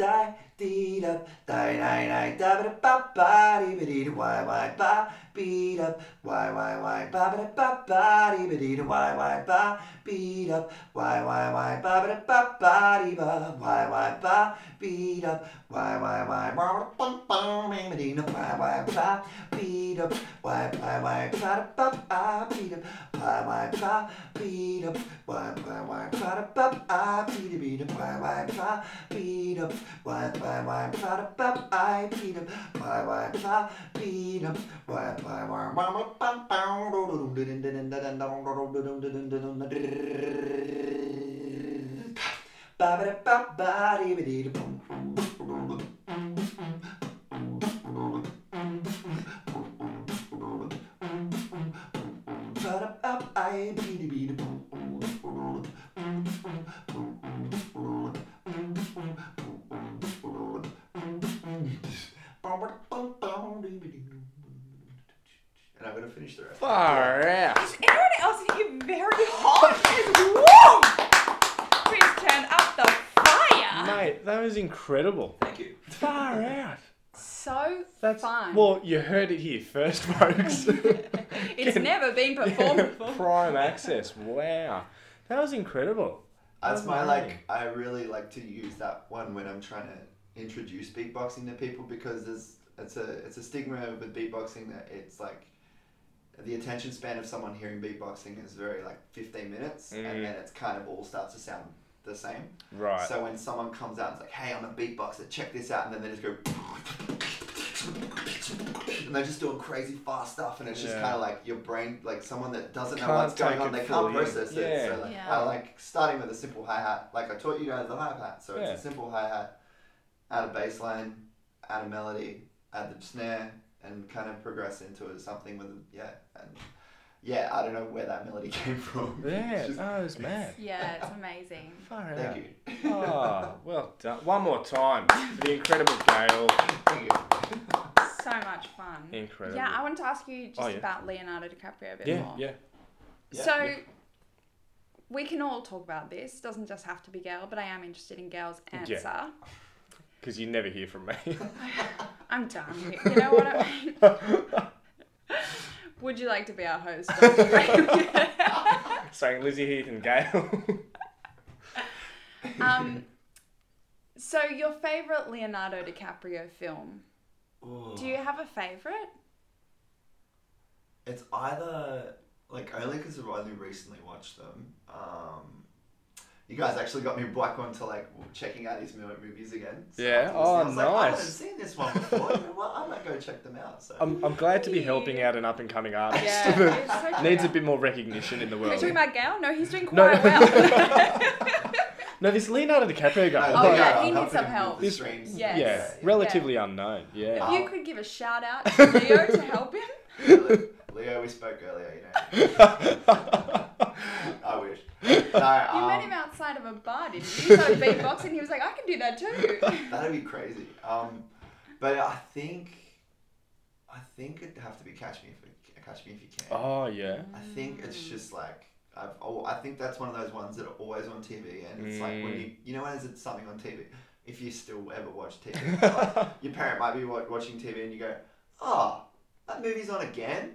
[SPEAKER 4] Die dee up, die die die da ba ba ba dee ba dee da why why ba beat up, why why why ba ba da ba ba dee ba dee da why why ba beat up, why why why ba ba da ba ba dee ba why why ba beat up, why why why ba ba bum bum dee ba dee da why why ba beat up, why why why ba da ba ba beat up, why why ba beat up, why why why ba da ba ba beat up, beat up, why why ba beat up, why why why ba da ba I beat up, why why ba beat up, why why why mama bum bum ba ba da ba ba dee ba dee da bum. I beat it, beat it. And I'm gonna finish the rest.
[SPEAKER 2] Far out.
[SPEAKER 3] Everyone else is getting very hot. Woo! Please turn up the fire.
[SPEAKER 2] Mate, that was incredible.
[SPEAKER 4] Thank you.
[SPEAKER 2] Far out.
[SPEAKER 3] So
[SPEAKER 2] That's
[SPEAKER 3] fun.
[SPEAKER 2] Well, you heard it here first, folks.
[SPEAKER 3] it's never been performed before.
[SPEAKER 2] Prime access. Wow. That was incredible.
[SPEAKER 4] That's my
[SPEAKER 2] Amazing.
[SPEAKER 4] like. I really like to use that one when I'm trying to introduce beatboxing to people because there's it's a it's a stigma with beatboxing that it's like the attention span of someone hearing beatboxing is very like 15 minutes
[SPEAKER 2] Mm.
[SPEAKER 4] and then it's kind of all starts to sound the same.
[SPEAKER 2] Right.
[SPEAKER 4] So when someone comes out and's like, "Hey, I'm a beatboxer. Check this out," and then they just go. And they're just doing crazy fast stuff, and it's just
[SPEAKER 2] Yeah.
[SPEAKER 4] kind of like your brain, like someone that doesn't know
[SPEAKER 2] Can't
[SPEAKER 4] what's going
[SPEAKER 2] take
[SPEAKER 4] on,
[SPEAKER 2] it
[SPEAKER 4] they
[SPEAKER 2] fully
[SPEAKER 4] can't
[SPEAKER 2] in.
[SPEAKER 4] process it.
[SPEAKER 2] Yeah.
[SPEAKER 4] So like,
[SPEAKER 3] Yeah.
[SPEAKER 4] I like starting with a simple hi hat. Like I taught you guys the hi hat, so
[SPEAKER 2] Yeah.
[SPEAKER 4] it's a simple hi hat, add a bass line, add a melody, add the snare, and kind of progress into something with yeah, and yeah, I don't know where that melody came from.
[SPEAKER 2] Yeah, Oh,
[SPEAKER 4] It's just-
[SPEAKER 2] that was mad.
[SPEAKER 3] Yeah, it's amazing.
[SPEAKER 2] Far out.
[SPEAKER 4] Thank you.
[SPEAKER 2] Oh, well done. One more time for the incredible Gail.
[SPEAKER 4] Thank you.
[SPEAKER 3] So much fun.
[SPEAKER 2] Incredible.
[SPEAKER 3] Yeah, I wanted to ask you just
[SPEAKER 2] Oh, yeah.
[SPEAKER 3] about Leonardo DiCaprio a bit
[SPEAKER 2] Yeah,
[SPEAKER 3] more.
[SPEAKER 2] yeah.
[SPEAKER 4] Yeah,
[SPEAKER 3] so we can all talk about this. Doesn't just have to be Gail, but I am interested in Gail's answer.
[SPEAKER 2] Because you never hear from me.
[SPEAKER 3] I'm done. here. You know what I mean? Would you like to be our host? Dr. Graham?
[SPEAKER 2] Saying Lizzie Heath and Gail.
[SPEAKER 3] um, so your favorite Leonardo DiCaprio film? Do you have a favorite?
[SPEAKER 4] It's either like only because I've only recently watched them. Um, you guys actually got me back onto like checking out these mo- movies again. So
[SPEAKER 2] Yeah?
[SPEAKER 4] after listening,
[SPEAKER 2] Oh,
[SPEAKER 4] I was like, I haven't
[SPEAKER 2] nice. Um,
[SPEAKER 4] seen this one before. You know what? I might go check them out. So
[SPEAKER 2] I'm, I'm glad to be helping out an up and coming artist that
[SPEAKER 3] it's so
[SPEAKER 2] needs a
[SPEAKER 3] true.
[SPEAKER 2] bit more recognition in the
[SPEAKER 3] Are you
[SPEAKER 2] world.
[SPEAKER 3] talking about Gail? No, he's doing
[SPEAKER 2] No,
[SPEAKER 3] quite
[SPEAKER 2] no.
[SPEAKER 3] well.
[SPEAKER 2] No, this Leonardo DiCaprio guy.
[SPEAKER 3] Oh,
[SPEAKER 2] like,
[SPEAKER 3] yeah,
[SPEAKER 4] I'm
[SPEAKER 3] he needs
[SPEAKER 4] helping
[SPEAKER 3] some
[SPEAKER 4] him with
[SPEAKER 3] help.
[SPEAKER 4] The
[SPEAKER 2] This-
[SPEAKER 4] streams.
[SPEAKER 3] yes.
[SPEAKER 2] yeah,
[SPEAKER 3] yeah.
[SPEAKER 2] relatively unknown. Yeah.
[SPEAKER 3] If you could give a shout out to Leo to help him.
[SPEAKER 4] Leo, we spoke earlier. You know. I wish. No,
[SPEAKER 3] You met
[SPEAKER 4] um,
[SPEAKER 3] him outside of a bar, didn't you? He started beatboxing. He was like, I can do that too.
[SPEAKER 4] That'd be crazy. Um, but I think, I think it'd have to be Catch Me If You, Catch Me If You Can.
[SPEAKER 2] Oh, yeah.
[SPEAKER 4] I think it's just like I've. Oh, I think that's one of those ones that are always on TV, and it's like when you you know when it's something on TV, if you still ever watch TV, like, your parent might be wa- watching TV, and you go, oh, that movie's on again,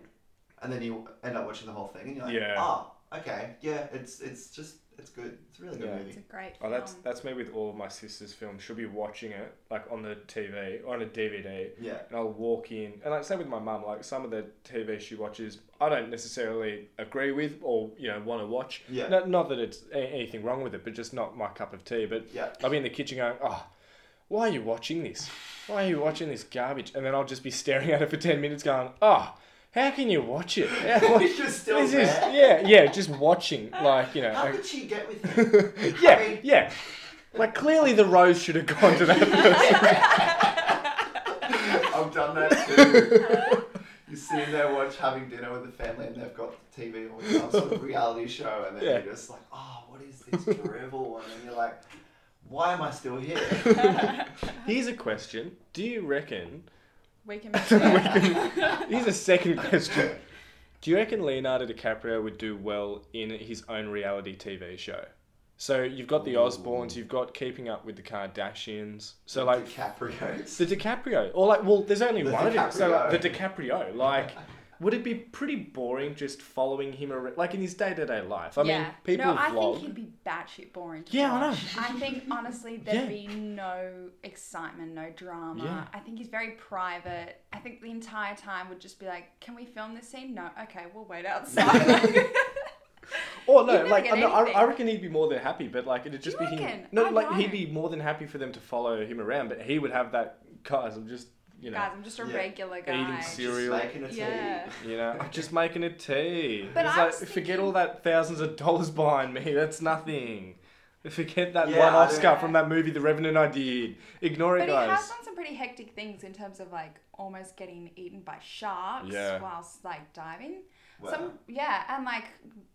[SPEAKER 4] and then you end up watching the whole thing, and you're like,
[SPEAKER 2] Yeah.
[SPEAKER 4] oh, okay, yeah, it's it's just it's good, it's a really good
[SPEAKER 2] Yeah.
[SPEAKER 3] It's a
[SPEAKER 4] movie.
[SPEAKER 3] great
[SPEAKER 2] Oh, that's
[SPEAKER 3] film.
[SPEAKER 2] that's me with all of my sister's films. She'll be watching it like on the TV or on a DVD,
[SPEAKER 4] Yeah,
[SPEAKER 2] and I'll walk in and like same with my mum. Like some of the TV she watches, I don't necessarily agree with or you know want to watch.
[SPEAKER 4] Yeah.
[SPEAKER 2] Not, not that it's a- anything wrong with it, but just not my cup of tea. But
[SPEAKER 4] Yeah.
[SPEAKER 2] I'll be in the kitchen going, oh, why are you watching this? Why are you watching this garbage? And then I'll just be staring at it for ten minutes, going, oh. How can you watch it? How- what-
[SPEAKER 4] It's just still
[SPEAKER 2] this is-
[SPEAKER 4] there.
[SPEAKER 2] yeah, yeah, just watching, like you know,
[SPEAKER 4] How
[SPEAKER 2] like,
[SPEAKER 4] could she get with him? I
[SPEAKER 2] yeah,
[SPEAKER 4] mean-
[SPEAKER 2] yeah. Like clearly the rose should have gone to that
[SPEAKER 4] I've done that too. you sit there, watch having dinner with the family, and they've got the TV on some sort of reality show, and then
[SPEAKER 2] Yeah.
[SPEAKER 4] you're just like, oh, what is this terrible one? And you're like, why am I still here?
[SPEAKER 2] person. Here's a question: Do you reckon?
[SPEAKER 3] We can.
[SPEAKER 2] Here's a second question: Do you reckon Leonardo DiCaprio would do well in his own reality TV show? So you've got the Osbournes, you've got Keeping Up with the Kardashians. So like
[SPEAKER 4] DiCaprio's.
[SPEAKER 2] The DiCaprio, or like, well, there's only
[SPEAKER 4] The
[SPEAKER 2] one of him. So
[SPEAKER 4] DiCaprio.
[SPEAKER 2] like, the DiCaprio, like, would it be pretty boring just following him around, like in his day to day life? I mean, people
[SPEAKER 3] no, I
[SPEAKER 2] vlog.
[SPEAKER 3] think he'd be batshit boring. To
[SPEAKER 2] Yeah, I know.
[SPEAKER 3] watch. I think honestly there'd
[SPEAKER 2] Yeah.
[SPEAKER 3] be no excitement, no drama.
[SPEAKER 2] Yeah.
[SPEAKER 3] I think he's very private. I think the entire time would just be like, "Can we film this scene? No. Okay, we'll wait outside." Like-
[SPEAKER 2] Or no,
[SPEAKER 3] You'd never
[SPEAKER 2] like,
[SPEAKER 3] get
[SPEAKER 2] I, know, I, I
[SPEAKER 3] anything.
[SPEAKER 2] reckon he'd be more than happy, but like, it'd just
[SPEAKER 3] you
[SPEAKER 2] be him.
[SPEAKER 3] reckon?
[SPEAKER 2] No,
[SPEAKER 3] I
[SPEAKER 2] like, he'd
[SPEAKER 3] don't.
[SPEAKER 2] be more than happy for them to follow him around, but he would have that. Guys, I'm just, you know,
[SPEAKER 3] Guys, I'm just a
[SPEAKER 4] Yeah.
[SPEAKER 3] regular guy.
[SPEAKER 2] Eating
[SPEAKER 4] Just
[SPEAKER 2] cereal.
[SPEAKER 4] making a tea.
[SPEAKER 3] Yeah.
[SPEAKER 2] you know, I'm just making a tea.
[SPEAKER 3] But
[SPEAKER 2] it's
[SPEAKER 3] I
[SPEAKER 2] like,
[SPEAKER 3] was
[SPEAKER 2] forget
[SPEAKER 3] thinking-
[SPEAKER 2] all that thousands of dollars behind me. That's nothing. Forget that
[SPEAKER 4] Yeah,
[SPEAKER 2] one
[SPEAKER 4] I
[SPEAKER 2] Oscar
[SPEAKER 4] don't-
[SPEAKER 2] from that movie, The Revenant. I did. Ignore it,
[SPEAKER 3] But he
[SPEAKER 2] guys.
[SPEAKER 3] has done some pretty hectic things in terms of like almost getting eaten by sharks
[SPEAKER 2] Yeah.
[SPEAKER 3] whilst like diving.
[SPEAKER 4] Wow.
[SPEAKER 3] Some yeah, and like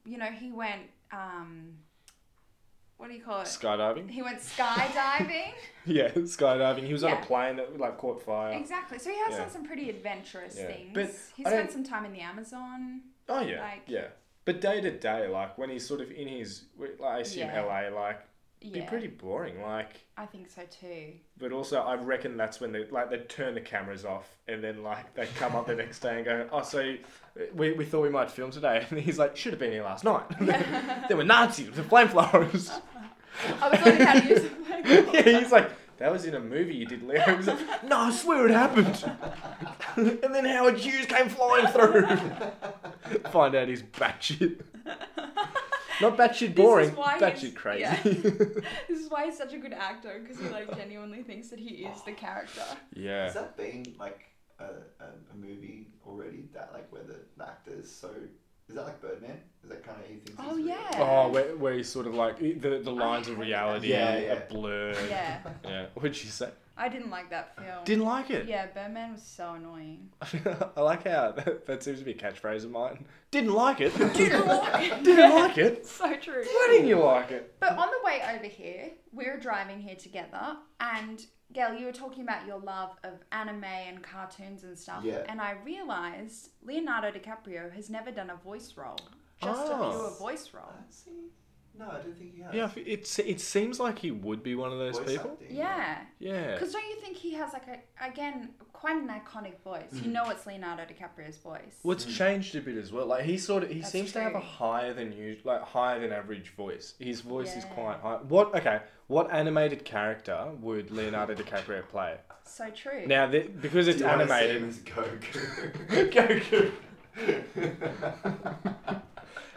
[SPEAKER 3] you know he went um, what do you call it?
[SPEAKER 2] Skydiving.
[SPEAKER 3] He went skydiving.
[SPEAKER 2] Yeah, skydiving. He was on
[SPEAKER 3] Yeah.
[SPEAKER 2] a plane that like caught fire.
[SPEAKER 3] exactly. So he has
[SPEAKER 2] Yeah.
[SPEAKER 3] done some pretty adventurous
[SPEAKER 2] Yeah.
[SPEAKER 3] things.
[SPEAKER 2] But
[SPEAKER 3] he
[SPEAKER 2] I don't-
[SPEAKER 3] spent some time in the Amazon.
[SPEAKER 2] Oh yeah,
[SPEAKER 3] Like-
[SPEAKER 2] yeah. But day to day, like when he's sort of in his, like I assume
[SPEAKER 3] Yeah.
[SPEAKER 2] LA, like
[SPEAKER 3] Yeah,
[SPEAKER 2] be pretty boring. Like,
[SPEAKER 3] I think so too.
[SPEAKER 2] but also I reckon that's when they like they turn the cameras off and then like they come up the next day and go, oh, so we, we thought we might film today, and he's like, should have been here last night. there were Nazis with flamethrowers.
[SPEAKER 3] I was learning how to use it.
[SPEAKER 2] yeah, he's like, that was in a movie you did, Leo. He's like, no, I swear it happened. and then Howard Hughes came flying through. Find out he's batshit. Not batshit boring,
[SPEAKER 3] why he's-
[SPEAKER 2] batshit crazy.
[SPEAKER 3] This is why he's such a good actor because he like genuinely thinks that he is the character.
[SPEAKER 2] Yeah.
[SPEAKER 4] Has that been like a, a, a movie already? That like where the, the actor is so. Is that like Birdman? Is that kind of he thinks?
[SPEAKER 3] Oh,
[SPEAKER 4] he's really-
[SPEAKER 3] yeah.
[SPEAKER 2] Oh, where, where he's sort of like the, the lines of
[SPEAKER 3] hate that.
[SPEAKER 2] reality
[SPEAKER 4] Yeah, yeah.
[SPEAKER 2] are blurred.
[SPEAKER 3] Yeah,
[SPEAKER 2] Yeah. What'd you say?
[SPEAKER 3] I didn't like that film.
[SPEAKER 2] Didn't like it.
[SPEAKER 3] Yeah, Birdman was so annoying.
[SPEAKER 2] I like how that, that seems to be a catchphrase of mine. Didn't like it.
[SPEAKER 3] Didn't like it.
[SPEAKER 2] Didn't like it.
[SPEAKER 3] So true.
[SPEAKER 2] Why didn't you like it?
[SPEAKER 3] But on the way over here, we were driving here together, and Gail, you were talking about your love of anime and cartoons and stuff.
[SPEAKER 4] Yeah.
[SPEAKER 3] And I realized Leonardo DiCaprio has never done a voice role, just
[SPEAKER 2] Oh.
[SPEAKER 3] a pure voice role.
[SPEAKER 4] Uh, see? No, I don't think he has.
[SPEAKER 2] Yeah, if it it seems like he would be one of those
[SPEAKER 4] Voice
[SPEAKER 2] people.
[SPEAKER 4] acting,
[SPEAKER 3] Yeah.
[SPEAKER 2] Yeah.
[SPEAKER 3] Because don't you think he has like a again quite an iconic voice?
[SPEAKER 2] Mm.
[SPEAKER 3] You know, it's Leonardo DiCaprio's voice.
[SPEAKER 2] Well, it's changed a bit as well. Like he sort of he
[SPEAKER 3] That's
[SPEAKER 2] seems to have a
[SPEAKER 3] true.
[SPEAKER 2] higher than usual, like higher than average voice. His voice is
[SPEAKER 3] Yeah.
[SPEAKER 2] quite high. What? Okay, what animated character would Leonardo DiCaprio play?
[SPEAKER 3] So true.
[SPEAKER 2] Now, the, because
[SPEAKER 4] Do
[SPEAKER 2] it's
[SPEAKER 4] you wanna see him
[SPEAKER 2] animated,
[SPEAKER 4] as Goku.
[SPEAKER 2] Goku.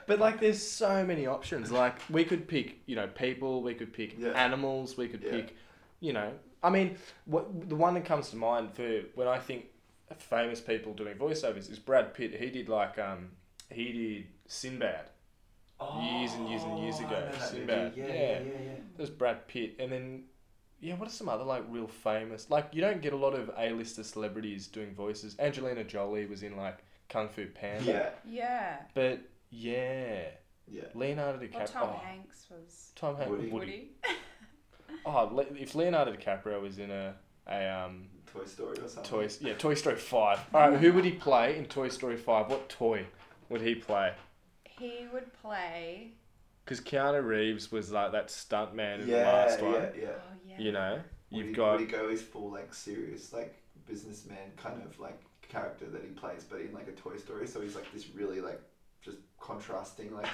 [SPEAKER 2] But like, there's so many options. Like, we could pick, you know, people. We could pick
[SPEAKER 4] Yeah.
[SPEAKER 2] animals. We could
[SPEAKER 4] Yeah.
[SPEAKER 2] pick, you know. I mean, what the one that comes to mind for when I think of famous people doing voiceovers is Brad Pitt. He did like, um, he did Sinbad. Years and years and years
[SPEAKER 4] Oh, I
[SPEAKER 2] ago,
[SPEAKER 4] know that
[SPEAKER 2] Sinbad.
[SPEAKER 4] movie. Yeah,
[SPEAKER 2] Yeah.
[SPEAKER 4] yeah, yeah, yeah.
[SPEAKER 2] There's Brad Pitt, and then. Yeah, what are some other like real famous? Like you don't get a lot of A-lister celebrities doing voices. Angelina Jolie was in like Kung Fu Panda.
[SPEAKER 4] Yeah,
[SPEAKER 3] Yeah.
[SPEAKER 2] But yeah,
[SPEAKER 4] yeah.
[SPEAKER 2] Leonardo
[SPEAKER 3] Well,
[SPEAKER 2] DiCaprio.
[SPEAKER 3] Tom
[SPEAKER 2] oh,
[SPEAKER 3] Hanks was
[SPEAKER 2] Tom Hanks.
[SPEAKER 4] Woody.
[SPEAKER 2] Woody.
[SPEAKER 3] Woody.
[SPEAKER 2] Oh, Le- if Leonardo DiCaprio was in a a um
[SPEAKER 4] Toy Story or something.
[SPEAKER 2] Toy yeah Toy Story five. All right, who would he play in Toy Story five? What toy would he play?
[SPEAKER 3] He would play.
[SPEAKER 2] Because Keanu Reeves was like that stunt man in
[SPEAKER 4] Yeah,
[SPEAKER 2] the last one.
[SPEAKER 4] yeah, yeah.
[SPEAKER 3] Oh yeah.
[SPEAKER 2] You know, you've
[SPEAKER 4] Woody,
[SPEAKER 2] got
[SPEAKER 4] Woody go is full like serious like businessman kind of like character that he plays, but in like a Toy Story, so he's like this really like just contrasting like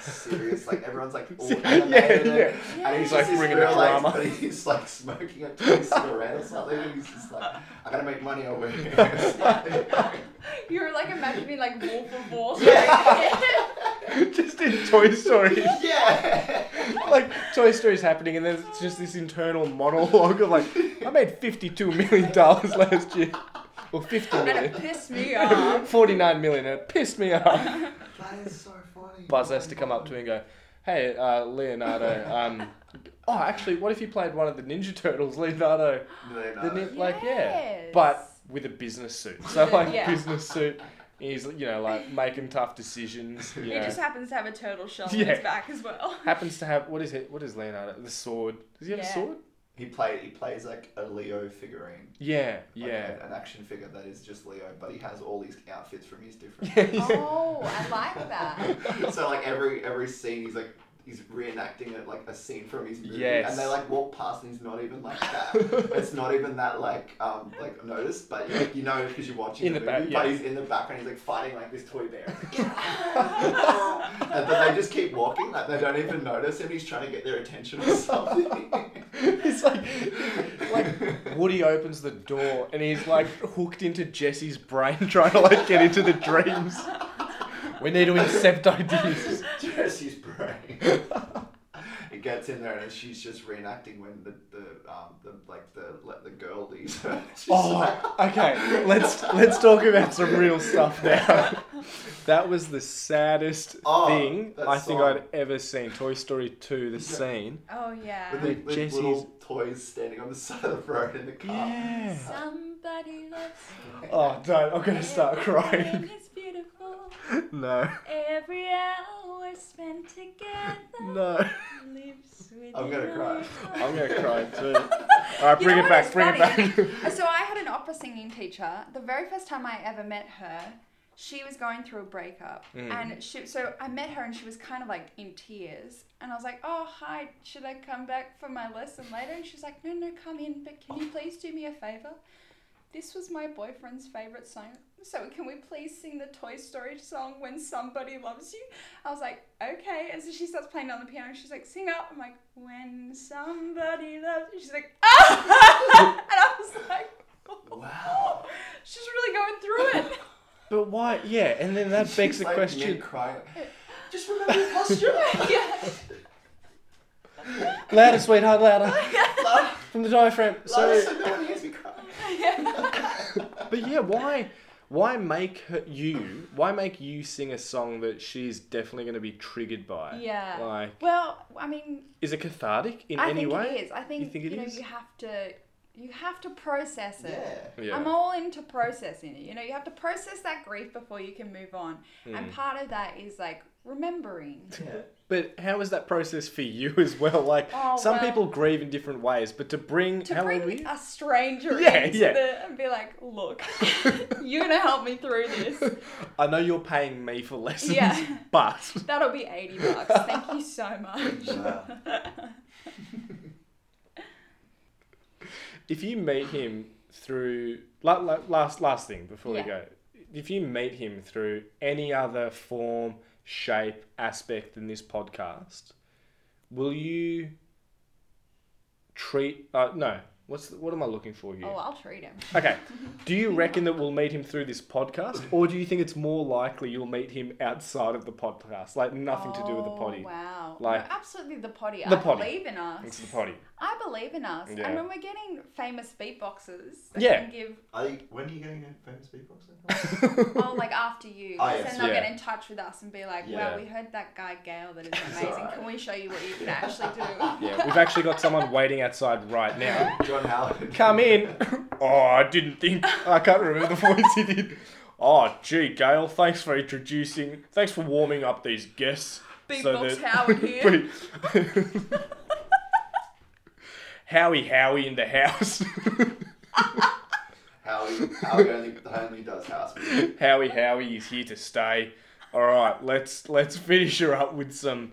[SPEAKER 4] serious like everyone's like all
[SPEAKER 2] Yeah,
[SPEAKER 4] animated
[SPEAKER 2] yeah.
[SPEAKER 4] And,
[SPEAKER 3] Yeah.
[SPEAKER 4] and
[SPEAKER 3] He's, like,
[SPEAKER 4] he's like just
[SPEAKER 2] bringing the
[SPEAKER 4] realized
[SPEAKER 2] drama.
[SPEAKER 4] that he's like smoking a Toy Story or something and he's just like I gotta make money over here. It's like-
[SPEAKER 3] You were like imagining like Wolf of Wall Street.
[SPEAKER 2] just in Toy Story.
[SPEAKER 4] yeah.
[SPEAKER 2] like Toy Story's happening, and then it's just this internal monologue of like, I made fifty-two million dollars last year. Or 50
[SPEAKER 3] And
[SPEAKER 2] million.
[SPEAKER 3] it pissed me off.
[SPEAKER 2] 49 million. and It pissed me off.
[SPEAKER 4] That is so funny. Oh
[SPEAKER 2] Buzz has to come up to me and go, hey, uh, Leonardo. Um, oh, actually, what if you played one of the Ninja Turtles, Leonardo?
[SPEAKER 4] Million
[SPEAKER 2] The nin- like, yeah.
[SPEAKER 3] Oh, Yes.
[SPEAKER 2] But with a business suit. So, like,
[SPEAKER 3] Yeah.
[SPEAKER 2] business suit. He's, you know, like making tough decisions. You
[SPEAKER 3] He
[SPEAKER 2] know.
[SPEAKER 3] just happens to have a turtle shell on
[SPEAKER 2] Yeah.
[SPEAKER 3] his back as well.
[SPEAKER 2] happens to have what is it? What is Leonardo? The sword. Does he have
[SPEAKER 3] Yeah.
[SPEAKER 2] a sword?
[SPEAKER 4] He played. He plays like a Leo figurine.
[SPEAKER 2] Yeah,
[SPEAKER 4] Like
[SPEAKER 2] yeah.
[SPEAKER 4] a- an action figure that is just Leo, but he has all these outfits from his different.
[SPEAKER 3] Oh, I like that.
[SPEAKER 4] so like every every scene, he's like he's reenacting it like a scene from his movie,
[SPEAKER 2] Yes.
[SPEAKER 4] and they like walk past, and he's not even like that. it's not even that like um like noticed, but you, like, you know because you're watching
[SPEAKER 2] In
[SPEAKER 4] the,
[SPEAKER 2] the back,
[SPEAKER 4] movie. But
[SPEAKER 2] yes.
[SPEAKER 4] he's in the background, he's like fighting like this toy bear, and then they just keep walking, like they don't even notice him. He's trying to get their attention or something.
[SPEAKER 2] it's like like Woody opens the door and he's like hooked into Jesse's brain trying to like get into the dreams. We need to incept ideas.
[SPEAKER 4] Jesse's brain. It gets in there and she's just reenacting when the, the um the like the let the girl leaves her. She's like-
[SPEAKER 2] Oh, okay. Let's let's talk about some real stuff now. That was the saddest
[SPEAKER 4] Oh,
[SPEAKER 2] thing
[SPEAKER 4] that
[SPEAKER 2] I think
[SPEAKER 4] song.
[SPEAKER 2] I'd ever seen. Toy Story 2, the scene.
[SPEAKER 3] Oh
[SPEAKER 4] with,
[SPEAKER 3] yeah.
[SPEAKER 4] the,
[SPEAKER 2] With
[SPEAKER 4] with
[SPEAKER 2] Jesse's-
[SPEAKER 4] little toys standing on the side of the road in the car.
[SPEAKER 2] Yeah.
[SPEAKER 3] Somebody loves
[SPEAKER 2] Oh, don't. I'm going to start crying.
[SPEAKER 3] Everything is beautiful.
[SPEAKER 2] No.
[SPEAKER 3] Every hour spent together
[SPEAKER 2] No.
[SPEAKER 3] lives with
[SPEAKER 4] I'm gonna cry.
[SPEAKER 2] I'm going to cry too. All right,
[SPEAKER 3] You
[SPEAKER 2] bring
[SPEAKER 3] know
[SPEAKER 2] it
[SPEAKER 3] what
[SPEAKER 2] back.
[SPEAKER 3] is
[SPEAKER 2] Bring it back.
[SPEAKER 3] So I had an opera singing teacher. The very first time I ever met her, she was going through a breakup,
[SPEAKER 2] Mm.
[SPEAKER 3] and she. So I met her, and she was kind of like in tears, and I was like, "Oh hi, should I come back for my lesson later?" And she's like, "No, no, come in, but can you please do me a favor? This was my boyfriend's favorite song, so can we please sing the Toy Story song when somebody loves you?" I was like, "Okay," and so she starts playing it on the piano, and she's like, "Sing up." I'm like, "When somebody loves," you. she's like, "Ah," and I was like.
[SPEAKER 4] Wow.
[SPEAKER 3] She's really going through it.
[SPEAKER 2] But why? Yeah, and then that begs the
[SPEAKER 4] Like
[SPEAKER 2] question.
[SPEAKER 4] Mid-cry. Just remember your posture.
[SPEAKER 3] yeah.
[SPEAKER 2] Louder, sweetheart, louder. From the diaphragm.
[SPEAKER 4] so,
[SPEAKER 2] So,
[SPEAKER 4] no one hears me cry.
[SPEAKER 2] but yeah, why? Why make her, you? Why make you sing a song that she's definitely going to be triggered by?
[SPEAKER 3] Yeah.
[SPEAKER 2] Like,
[SPEAKER 3] Well, I mean,
[SPEAKER 2] is it cathartic in
[SPEAKER 3] I
[SPEAKER 2] any
[SPEAKER 3] think
[SPEAKER 2] way?
[SPEAKER 3] it is. I think you,
[SPEAKER 2] think it
[SPEAKER 3] know
[SPEAKER 2] is?
[SPEAKER 3] you have to you have to process it.
[SPEAKER 4] Yeah.
[SPEAKER 2] Yeah.
[SPEAKER 3] I'm all into processing it. You know, you have to process that grief before you can move on.
[SPEAKER 2] Hmm.
[SPEAKER 3] And part of that is like remembering.
[SPEAKER 4] Yeah.
[SPEAKER 2] But how is that process for you as well? Like,
[SPEAKER 3] Oh,
[SPEAKER 2] some
[SPEAKER 3] well-
[SPEAKER 2] people grieve in different ways, but to bring
[SPEAKER 3] To
[SPEAKER 2] how old were
[SPEAKER 3] bring
[SPEAKER 2] you?
[SPEAKER 3] a stranger
[SPEAKER 2] Yeah,
[SPEAKER 3] into
[SPEAKER 2] yeah.
[SPEAKER 3] the and be like, look, you're gonna help me through this.
[SPEAKER 2] I know you're paying me for lessons,
[SPEAKER 3] Yeah.
[SPEAKER 2] but
[SPEAKER 3] That'll be eighty bucks. Thank you so much.
[SPEAKER 4] Wow.
[SPEAKER 2] if you meet him through la- la- last last thing before
[SPEAKER 3] Yeah.
[SPEAKER 2] we go if you meet him through any other form shape aspect than this podcast will you treat uh, no what's the, what am i looking for here
[SPEAKER 3] Oh, I'll treat him.
[SPEAKER 2] okay do you reckon that we'll meet him through this podcast or do you think it's more likely you'll meet him outside of the podcast like nothing to do with the
[SPEAKER 3] Oh,
[SPEAKER 2] potty
[SPEAKER 3] Wow.
[SPEAKER 2] Like-
[SPEAKER 3] no, absolutely the potty.
[SPEAKER 2] The
[SPEAKER 3] I
[SPEAKER 2] potty.
[SPEAKER 3] believe in us.
[SPEAKER 2] it's the potty
[SPEAKER 3] I believe in us.
[SPEAKER 2] Yeah.
[SPEAKER 3] And when we're getting famous beatboxers that
[SPEAKER 2] Yeah.
[SPEAKER 3] can give
[SPEAKER 4] Are you, when are you getting a famous beatboxer?
[SPEAKER 3] oh like after you.
[SPEAKER 4] Oh,
[SPEAKER 3] so
[SPEAKER 4] yes.
[SPEAKER 3] they'll
[SPEAKER 2] Yeah.
[SPEAKER 3] get in touch with us and be like,
[SPEAKER 2] Yeah.
[SPEAKER 3] Well, we heard that guy Gail that is amazing.
[SPEAKER 4] alright.
[SPEAKER 3] Can we show you what you can actually do?
[SPEAKER 2] yeah we've actually got someone waiting outside right now
[SPEAKER 4] Um, John Howard.
[SPEAKER 2] come in. Oh, I didn't think. I can't remember the voice he did. Oh, gee, Gail, thanks for introducing. Thanks for warming up these guests.
[SPEAKER 3] Beatbox Howard here.
[SPEAKER 2] But- Howie, Howie in the house.
[SPEAKER 4] Howie, Howie only, only does house music.
[SPEAKER 2] Howie, Howie is here to stay. All right, let's let's finish her up with some.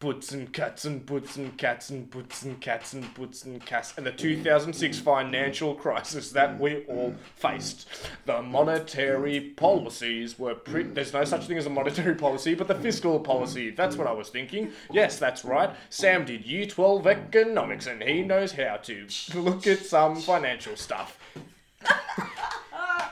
[SPEAKER 2] Butts and cats and butts and cats and butts and cats and butts and cats and the 2006 financial crisis that we all faced. The monetary policies were pretty. There's no such thing as a monetary policy, but the fiscal policy. That's what I was thinking. Yes, that's right. Sam did Year 12 economics and he knows how to look at some financial stuff.
[SPEAKER 3] and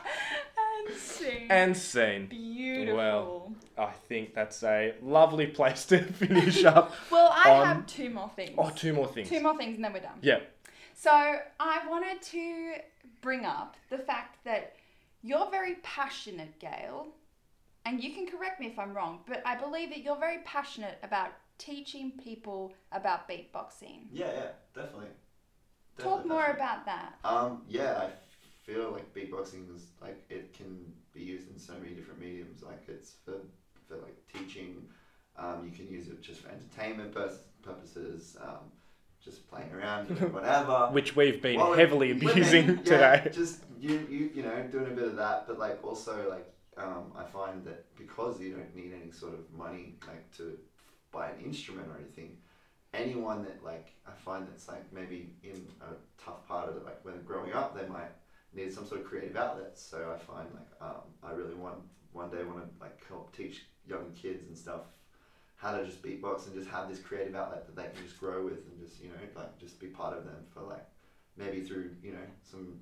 [SPEAKER 3] sing.
[SPEAKER 2] And scene.
[SPEAKER 3] Beautiful.
[SPEAKER 2] Well.
[SPEAKER 3] Well,
[SPEAKER 2] I think that's a lovely place to finish up.
[SPEAKER 3] I
[SPEAKER 2] on-
[SPEAKER 3] have two more things.
[SPEAKER 2] Oh, two more things.
[SPEAKER 3] Two more things and then we're done.
[SPEAKER 2] Yeah.
[SPEAKER 3] So I wanted to bring up the fact that You're very passionate, Gail, and you can correct me if I'm wrong, but I believe that you're very passionate about teaching people about beatboxing.
[SPEAKER 4] Yeah, yeah, definitely.
[SPEAKER 3] Talk
[SPEAKER 4] Definitely,
[SPEAKER 3] more
[SPEAKER 4] definitely.
[SPEAKER 3] about that.
[SPEAKER 4] Um, yeah, I feel like beatboxing is like it can be used in so many different mediums. Like it's for for like teaching. Um, you can use it just for entertainment pers- purposes. Um, just playing around, you know, whatever.
[SPEAKER 2] Which we've been
[SPEAKER 4] Well,
[SPEAKER 2] heavily
[SPEAKER 4] women,
[SPEAKER 2] abusing
[SPEAKER 4] yeah,
[SPEAKER 2] today.
[SPEAKER 4] Just you, you, you know, doing a bit of that, but like also like um, I find that because you don't need any sort of money like to buy an instrument or anything, anyone that like I find that's like maybe in a tough part of it, like when growing up, they might need some sort of creative outlet. So I find like um, I really want one day want to like help teach young kids and stuff how to just beatbox and just have this creative outlet that they can just grow with and just you know like just be part of them for like maybe through you know some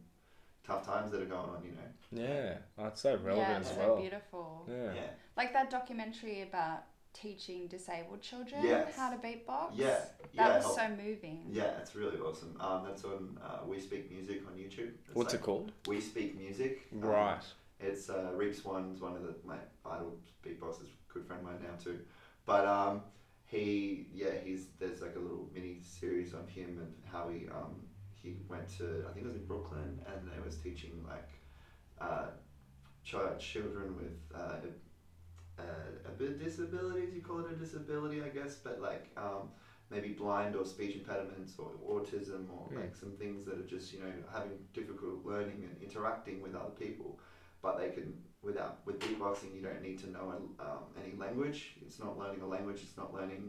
[SPEAKER 4] tough times that are going on you know
[SPEAKER 2] Yeah, that's so relevant
[SPEAKER 3] yeah,
[SPEAKER 2] as
[SPEAKER 3] it's so
[SPEAKER 2] well.
[SPEAKER 3] beautiful.
[SPEAKER 2] yeah.
[SPEAKER 4] yeah
[SPEAKER 3] Like that documentary about teaching disabled children
[SPEAKER 4] Yes.
[SPEAKER 3] how to beatbox.
[SPEAKER 4] yeah
[SPEAKER 3] That
[SPEAKER 4] yeah,
[SPEAKER 3] was
[SPEAKER 4] help.
[SPEAKER 3] so moving.
[SPEAKER 4] yeah it's really awesome um, that's on uh, we speak music on youtube It's
[SPEAKER 2] What's
[SPEAKER 4] like
[SPEAKER 2] it called?
[SPEAKER 4] we speak music Um,
[SPEAKER 2] Right.
[SPEAKER 4] It's uh, Reap Swan's one of the, my idol beatboxers, good friend of mine now too. But um, he, yeah, he's there's like a little mini series on him and how he um, he went to I think it was in Brooklyn and they was teaching like uh, chi- children with uh, a, a bit disabilities. You call it a disability, I guess, but like um, maybe blind or speech impediments or autism or
[SPEAKER 2] Hmm.
[SPEAKER 4] like some things that are just you know having difficult learning and interacting with other people but they can without with beatboxing you don't need to know um, any language it's not learning a language it's not learning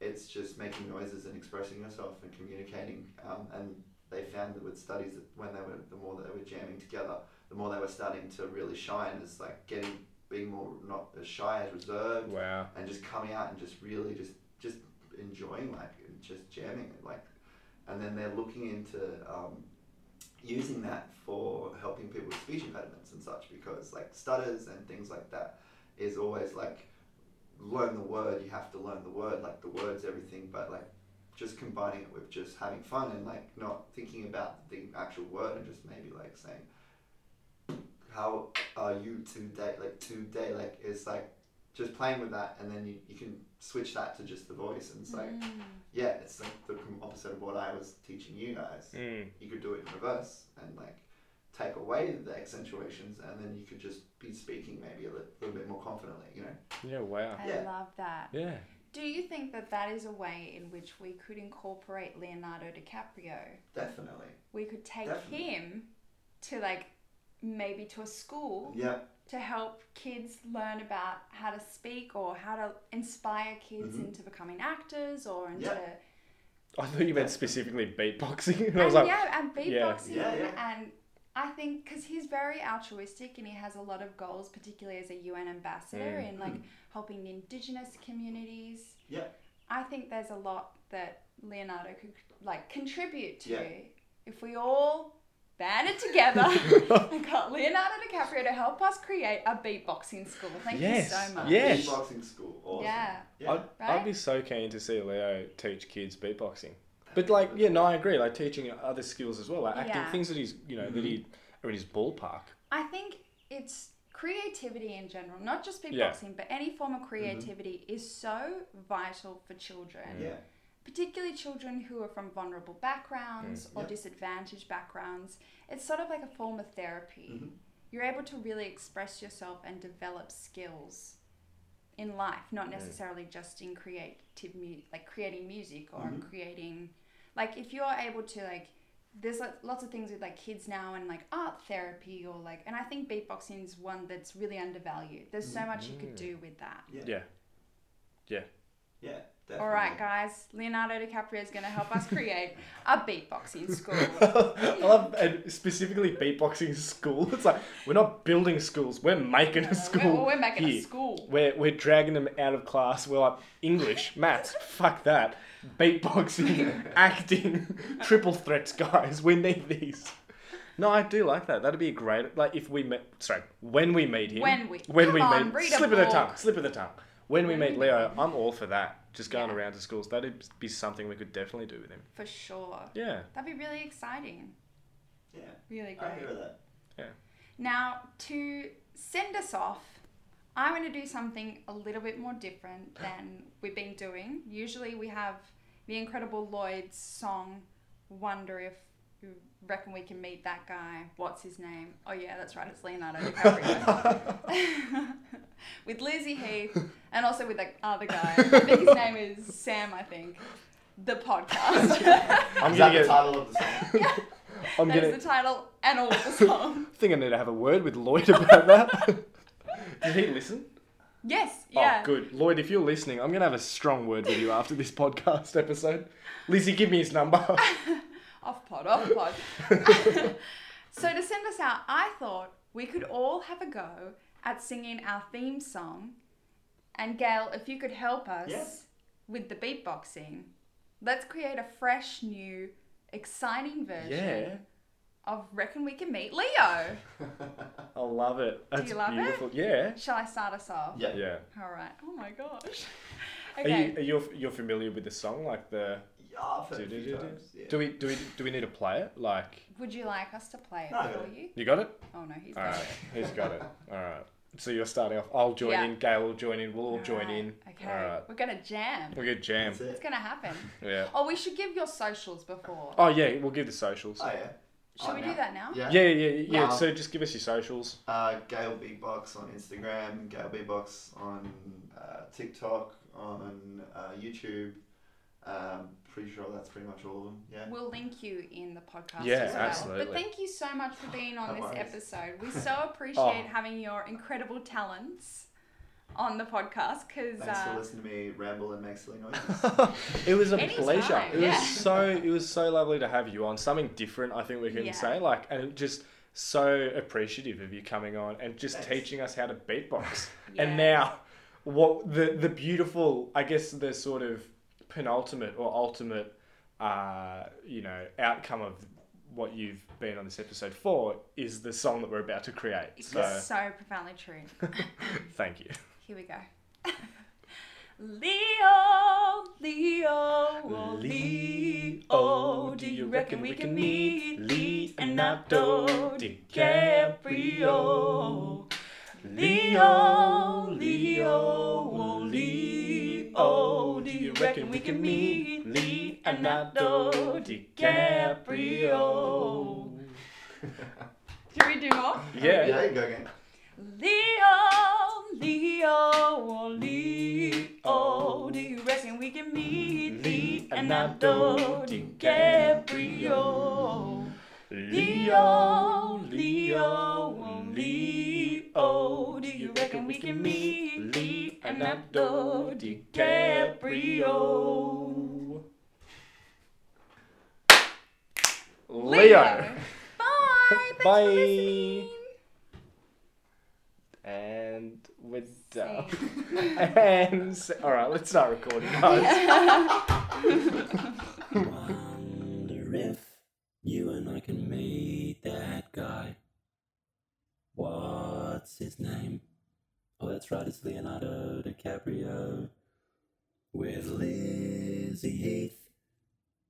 [SPEAKER 4] it's just making noises and expressing yourself and communicating um, and they found that with studies that when they were the more that they were jamming together the more they were starting to really shine is like getting being more not as shy as reserved
[SPEAKER 2] Wow.
[SPEAKER 4] and just coming out and just really just just enjoying like and just jamming it like and then they're looking into um, using that for helping people with speech impediments and such because like stutters and things like that is always like learn the word you have to learn the word like the words everything but like just combining it with just having fun and like not thinking about the actual word and just maybe like saying how are you today like today like it's like just playing with that and then you, you can switch that to just the voice and it's like
[SPEAKER 3] Mm.
[SPEAKER 4] yeah it's like the com- opposite of what i was teaching you guys
[SPEAKER 2] Mm.
[SPEAKER 4] you could do it in reverse and like take away the accentuations and then you could just be speaking maybe a li- little bit more confidently you know
[SPEAKER 2] Yeah, wow.
[SPEAKER 3] I
[SPEAKER 4] Yeah.
[SPEAKER 3] love that.
[SPEAKER 2] Yeah.
[SPEAKER 3] Do you think that that is a way in which we could incorporate Leonardo DiCaprio?
[SPEAKER 4] definitely
[SPEAKER 3] We could take
[SPEAKER 4] Definitely.
[SPEAKER 3] him to like maybe to a school
[SPEAKER 4] yeah
[SPEAKER 3] to help kids learn about how to speak or how to inspire kids
[SPEAKER 4] Mhm.
[SPEAKER 3] into becoming actors or into
[SPEAKER 4] Yeah.
[SPEAKER 2] I thought you meant specifically beatboxing. And I was like,
[SPEAKER 3] and yeah, and
[SPEAKER 2] yeah.
[SPEAKER 3] beatboxing,
[SPEAKER 4] Yeah, yeah.
[SPEAKER 3] and I think because he's very altruistic and he has a lot of goals, particularly as a UN ambassador
[SPEAKER 2] Mm.
[SPEAKER 3] in like helping the indigenous communities.
[SPEAKER 4] Yeah.
[SPEAKER 3] I think there's a lot that Leonardo could like contribute to
[SPEAKER 4] Yeah.
[SPEAKER 3] if we all banded together and got Leonardo DiCaprio to help us create a beatboxing school. Thank
[SPEAKER 2] Yes.
[SPEAKER 3] you so much.
[SPEAKER 2] Yeah. Yes.
[SPEAKER 4] beatboxing school awesome.
[SPEAKER 3] Yeah.
[SPEAKER 4] yeah
[SPEAKER 2] I'd, I'd
[SPEAKER 3] Right?
[SPEAKER 2] be so keen to see Leo teach kids beatboxing. But like, yeah, no, I agree. Like teaching other skills as well, like acting,
[SPEAKER 3] Yeah.
[SPEAKER 2] things that he's, you know, that he are in his ballpark.
[SPEAKER 3] I think it's creativity in general, not just beatboxing,
[SPEAKER 2] Yeah.
[SPEAKER 3] but any form of creativity is so vital for children,
[SPEAKER 4] yeah
[SPEAKER 3] particularly children who are from vulnerable backgrounds or
[SPEAKER 4] Mm, Yep.
[SPEAKER 3] disadvantaged backgrounds. It's sort of like a form of therapy.
[SPEAKER 4] Mm-hmm.
[SPEAKER 3] You're able to really express yourself and develop skills in life, not necessarily just in creative mu- like creating music or
[SPEAKER 4] Mm-hmm.
[SPEAKER 3] creating like if you're able to like there's like lots of things with like kids now and like art therapy or like and I think beatboxing is one that's really undervalued. There's so much you could do with that.
[SPEAKER 4] Mm, yeah yeah,
[SPEAKER 2] Yeah. Yeah.
[SPEAKER 4] definitely.
[SPEAKER 3] All right, guys. Leonardo DiCaprio is going to help us create a beatboxing school.
[SPEAKER 2] I love and specifically beatboxing school. It's like we're not building schools; we're making a school.
[SPEAKER 3] We're, we're making
[SPEAKER 2] here.
[SPEAKER 3] a school.
[SPEAKER 2] We're, we're dragging them out of class. We're like English, maths, fuck that. Beatboxing, acting, triple threats, guys. We need these. No, I do like that. That'd be a great. Like if we met. Sorry, when we meet him.
[SPEAKER 3] When we-
[SPEAKER 2] When
[SPEAKER 3] come
[SPEAKER 2] we
[SPEAKER 3] on,
[SPEAKER 2] meet.
[SPEAKER 3] read a
[SPEAKER 2] slip of the
[SPEAKER 3] book.
[SPEAKER 2] tongue. Slip of the tongue. When we
[SPEAKER 3] When
[SPEAKER 2] meet
[SPEAKER 3] we
[SPEAKER 2] Leo, I'm all for that. Just going
[SPEAKER 3] Yeah.
[SPEAKER 2] around to schools. That'd be something we could definitely do with him.
[SPEAKER 3] For sure.
[SPEAKER 2] Yeah.
[SPEAKER 3] That'd be really exciting.
[SPEAKER 4] yeah
[SPEAKER 3] Really
[SPEAKER 4] i
[SPEAKER 3] great.
[SPEAKER 4] hear that
[SPEAKER 3] Now, to send us off, I'm going to do something a little bit more different than we've been doing. Usually, we have the Incredible Lloyd's song, Wonder If You Reckon We Can Meet That Guy. What's his name? Oh, yeah, that's right, it's Leonardo DiCaprio. with Lizzie Heath and also with that other guy. I think his name is Sam, I think. The podcast.
[SPEAKER 2] I'm gonna
[SPEAKER 4] Is that
[SPEAKER 2] get.
[SPEAKER 4] the title of the song?
[SPEAKER 2] I'm
[SPEAKER 3] That
[SPEAKER 2] gonna.
[SPEAKER 3] is the title and all of the song.
[SPEAKER 2] think I need to have a word with Lloyd about that. Did he listen?
[SPEAKER 3] Yes, yeah.
[SPEAKER 2] Oh, good. Lloyd, if you're listening, I'm going to have a strong word with you after this podcast episode. Lizzie, give me his number.
[SPEAKER 3] Off pod, off pod. so to send us out, I thought we could all have a go at singing our theme song. And Gail, if you could help us
[SPEAKER 4] Yes.
[SPEAKER 3] with the beatboxing, let's create a fresh, new, exciting version
[SPEAKER 2] yeah.
[SPEAKER 3] of Reckon We Can Meet Leo.
[SPEAKER 2] I love it. That's
[SPEAKER 3] you love it?
[SPEAKER 2] beautiful. Yeah.
[SPEAKER 3] Shall I start us off?
[SPEAKER 4] Yeah.
[SPEAKER 2] Yeah.
[SPEAKER 3] All right. Oh my gosh.
[SPEAKER 2] Are you
[SPEAKER 3] Okay.
[SPEAKER 2] are you you're familiar with the song like the
[SPEAKER 4] Yeah, I've heard
[SPEAKER 2] do,
[SPEAKER 4] it a
[SPEAKER 2] do,
[SPEAKER 4] few
[SPEAKER 2] do, do?
[SPEAKER 4] times, yeah.
[SPEAKER 2] do we do we do we need to play it like
[SPEAKER 3] Would you like us to play it
[SPEAKER 4] No.
[SPEAKER 3] for you?
[SPEAKER 2] you got it
[SPEAKER 3] Oh no, he's
[SPEAKER 2] all
[SPEAKER 3] got
[SPEAKER 2] right
[SPEAKER 3] it.
[SPEAKER 2] he's got it all right so you're starting off I'll join
[SPEAKER 3] Yeah.
[SPEAKER 2] in Gail will join in we'll all join
[SPEAKER 3] Alright,
[SPEAKER 2] in
[SPEAKER 3] Okay.
[SPEAKER 2] all right
[SPEAKER 3] We're gonna jam.
[SPEAKER 2] we'll get jam
[SPEAKER 4] That's it.
[SPEAKER 3] It's gonna happen.
[SPEAKER 2] yeah
[SPEAKER 3] Oh, we should give your socials before.
[SPEAKER 2] oh yeah we'll give the socials
[SPEAKER 4] Oh, yeah.
[SPEAKER 3] Should
[SPEAKER 4] Oh,
[SPEAKER 3] we
[SPEAKER 4] no.
[SPEAKER 3] do that now?
[SPEAKER 4] Yeah.
[SPEAKER 2] yeah yeah yeah, yeah.
[SPEAKER 4] Wow.
[SPEAKER 2] so just give us your socials
[SPEAKER 4] Uh, Gail Beatbox on Instagram, Gail Beatbox on uh, TikTok, on uh, YouTube. Um, pretty sure that's pretty much all of them. Yeah.
[SPEAKER 3] We'll link you in the podcast
[SPEAKER 2] Yeah,
[SPEAKER 3] as well. But
[SPEAKER 2] absolutely.
[SPEAKER 3] thank you so much for being on
[SPEAKER 4] No
[SPEAKER 3] this
[SPEAKER 4] worries.
[SPEAKER 3] episode. We so appreciate
[SPEAKER 2] Oh.
[SPEAKER 3] having your incredible talents on the podcast because
[SPEAKER 4] Thanks for
[SPEAKER 3] uh,
[SPEAKER 4] listening to me ramble and make silly noises.
[SPEAKER 2] it was a
[SPEAKER 3] Anytime,
[SPEAKER 2] pleasure. It
[SPEAKER 3] yeah.
[SPEAKER 2] was so it was so lovely to have you on. Something different, I think we can
[SPEAKER 3] Yeah.
[SPEAKER 2] say. Like, and just so appreciative of you coming on and just
[SPEAKER 4] Thanks.
[SPEAKER 2] teaching us how to beatbox.
[SPEAKER 3] Yeah.
[SPEAKER 2] And now, what the the beautiful, I guess, the sort of penultimate or ultimate, uh, you know, outcome of what you've been on this episode for is the song that we're about to create.
[SPEAKER 3] it's
[SPEAKER 2] So,
[SPEAKER 3] just so profoundly true.
[SPEAKER 2] thank you.
[SPEAKER 3] Here we go. Leo, oh, Leo, Leo, oh, do you reckon we can meet Leonardo DiCaprio? Leo, Leo, Leo, do you reckon we can meet Leonardo DiCaprio? Should we do more?
[SPEAKER 4] yeah,
[SPEAKER 2] Yeah.
[SPEAKER 4] you go again.
[SPEAKER 3] Leo, Leo, Leo, do you reckon we can meet Leonardo DiCaprio? Leo, Leo, Leo, oh, do you reckon we can meet Leonardo DiCaprio?
[SPEAKER 2] Leo.
[SPEAKER 3] Bye. Thanks
[SPEAKER 2] Bye.
[SPEAKER 3] for listening.
[SPEAKER 2] And with uh,
[SPEAKER 3] Same.
[SPEAKER 2] and s- all right, let's start recording, guys.
[SPEAKER 1] Wonder if you and I can meet that guy. What's his name? Oh, that's right, it's Leonardo DiCaprio. With Lizzie Heath.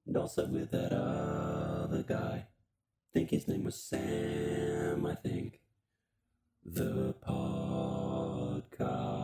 [SPEAKER 1] And also with that other guy. think his name was Sam, I think. The podcast.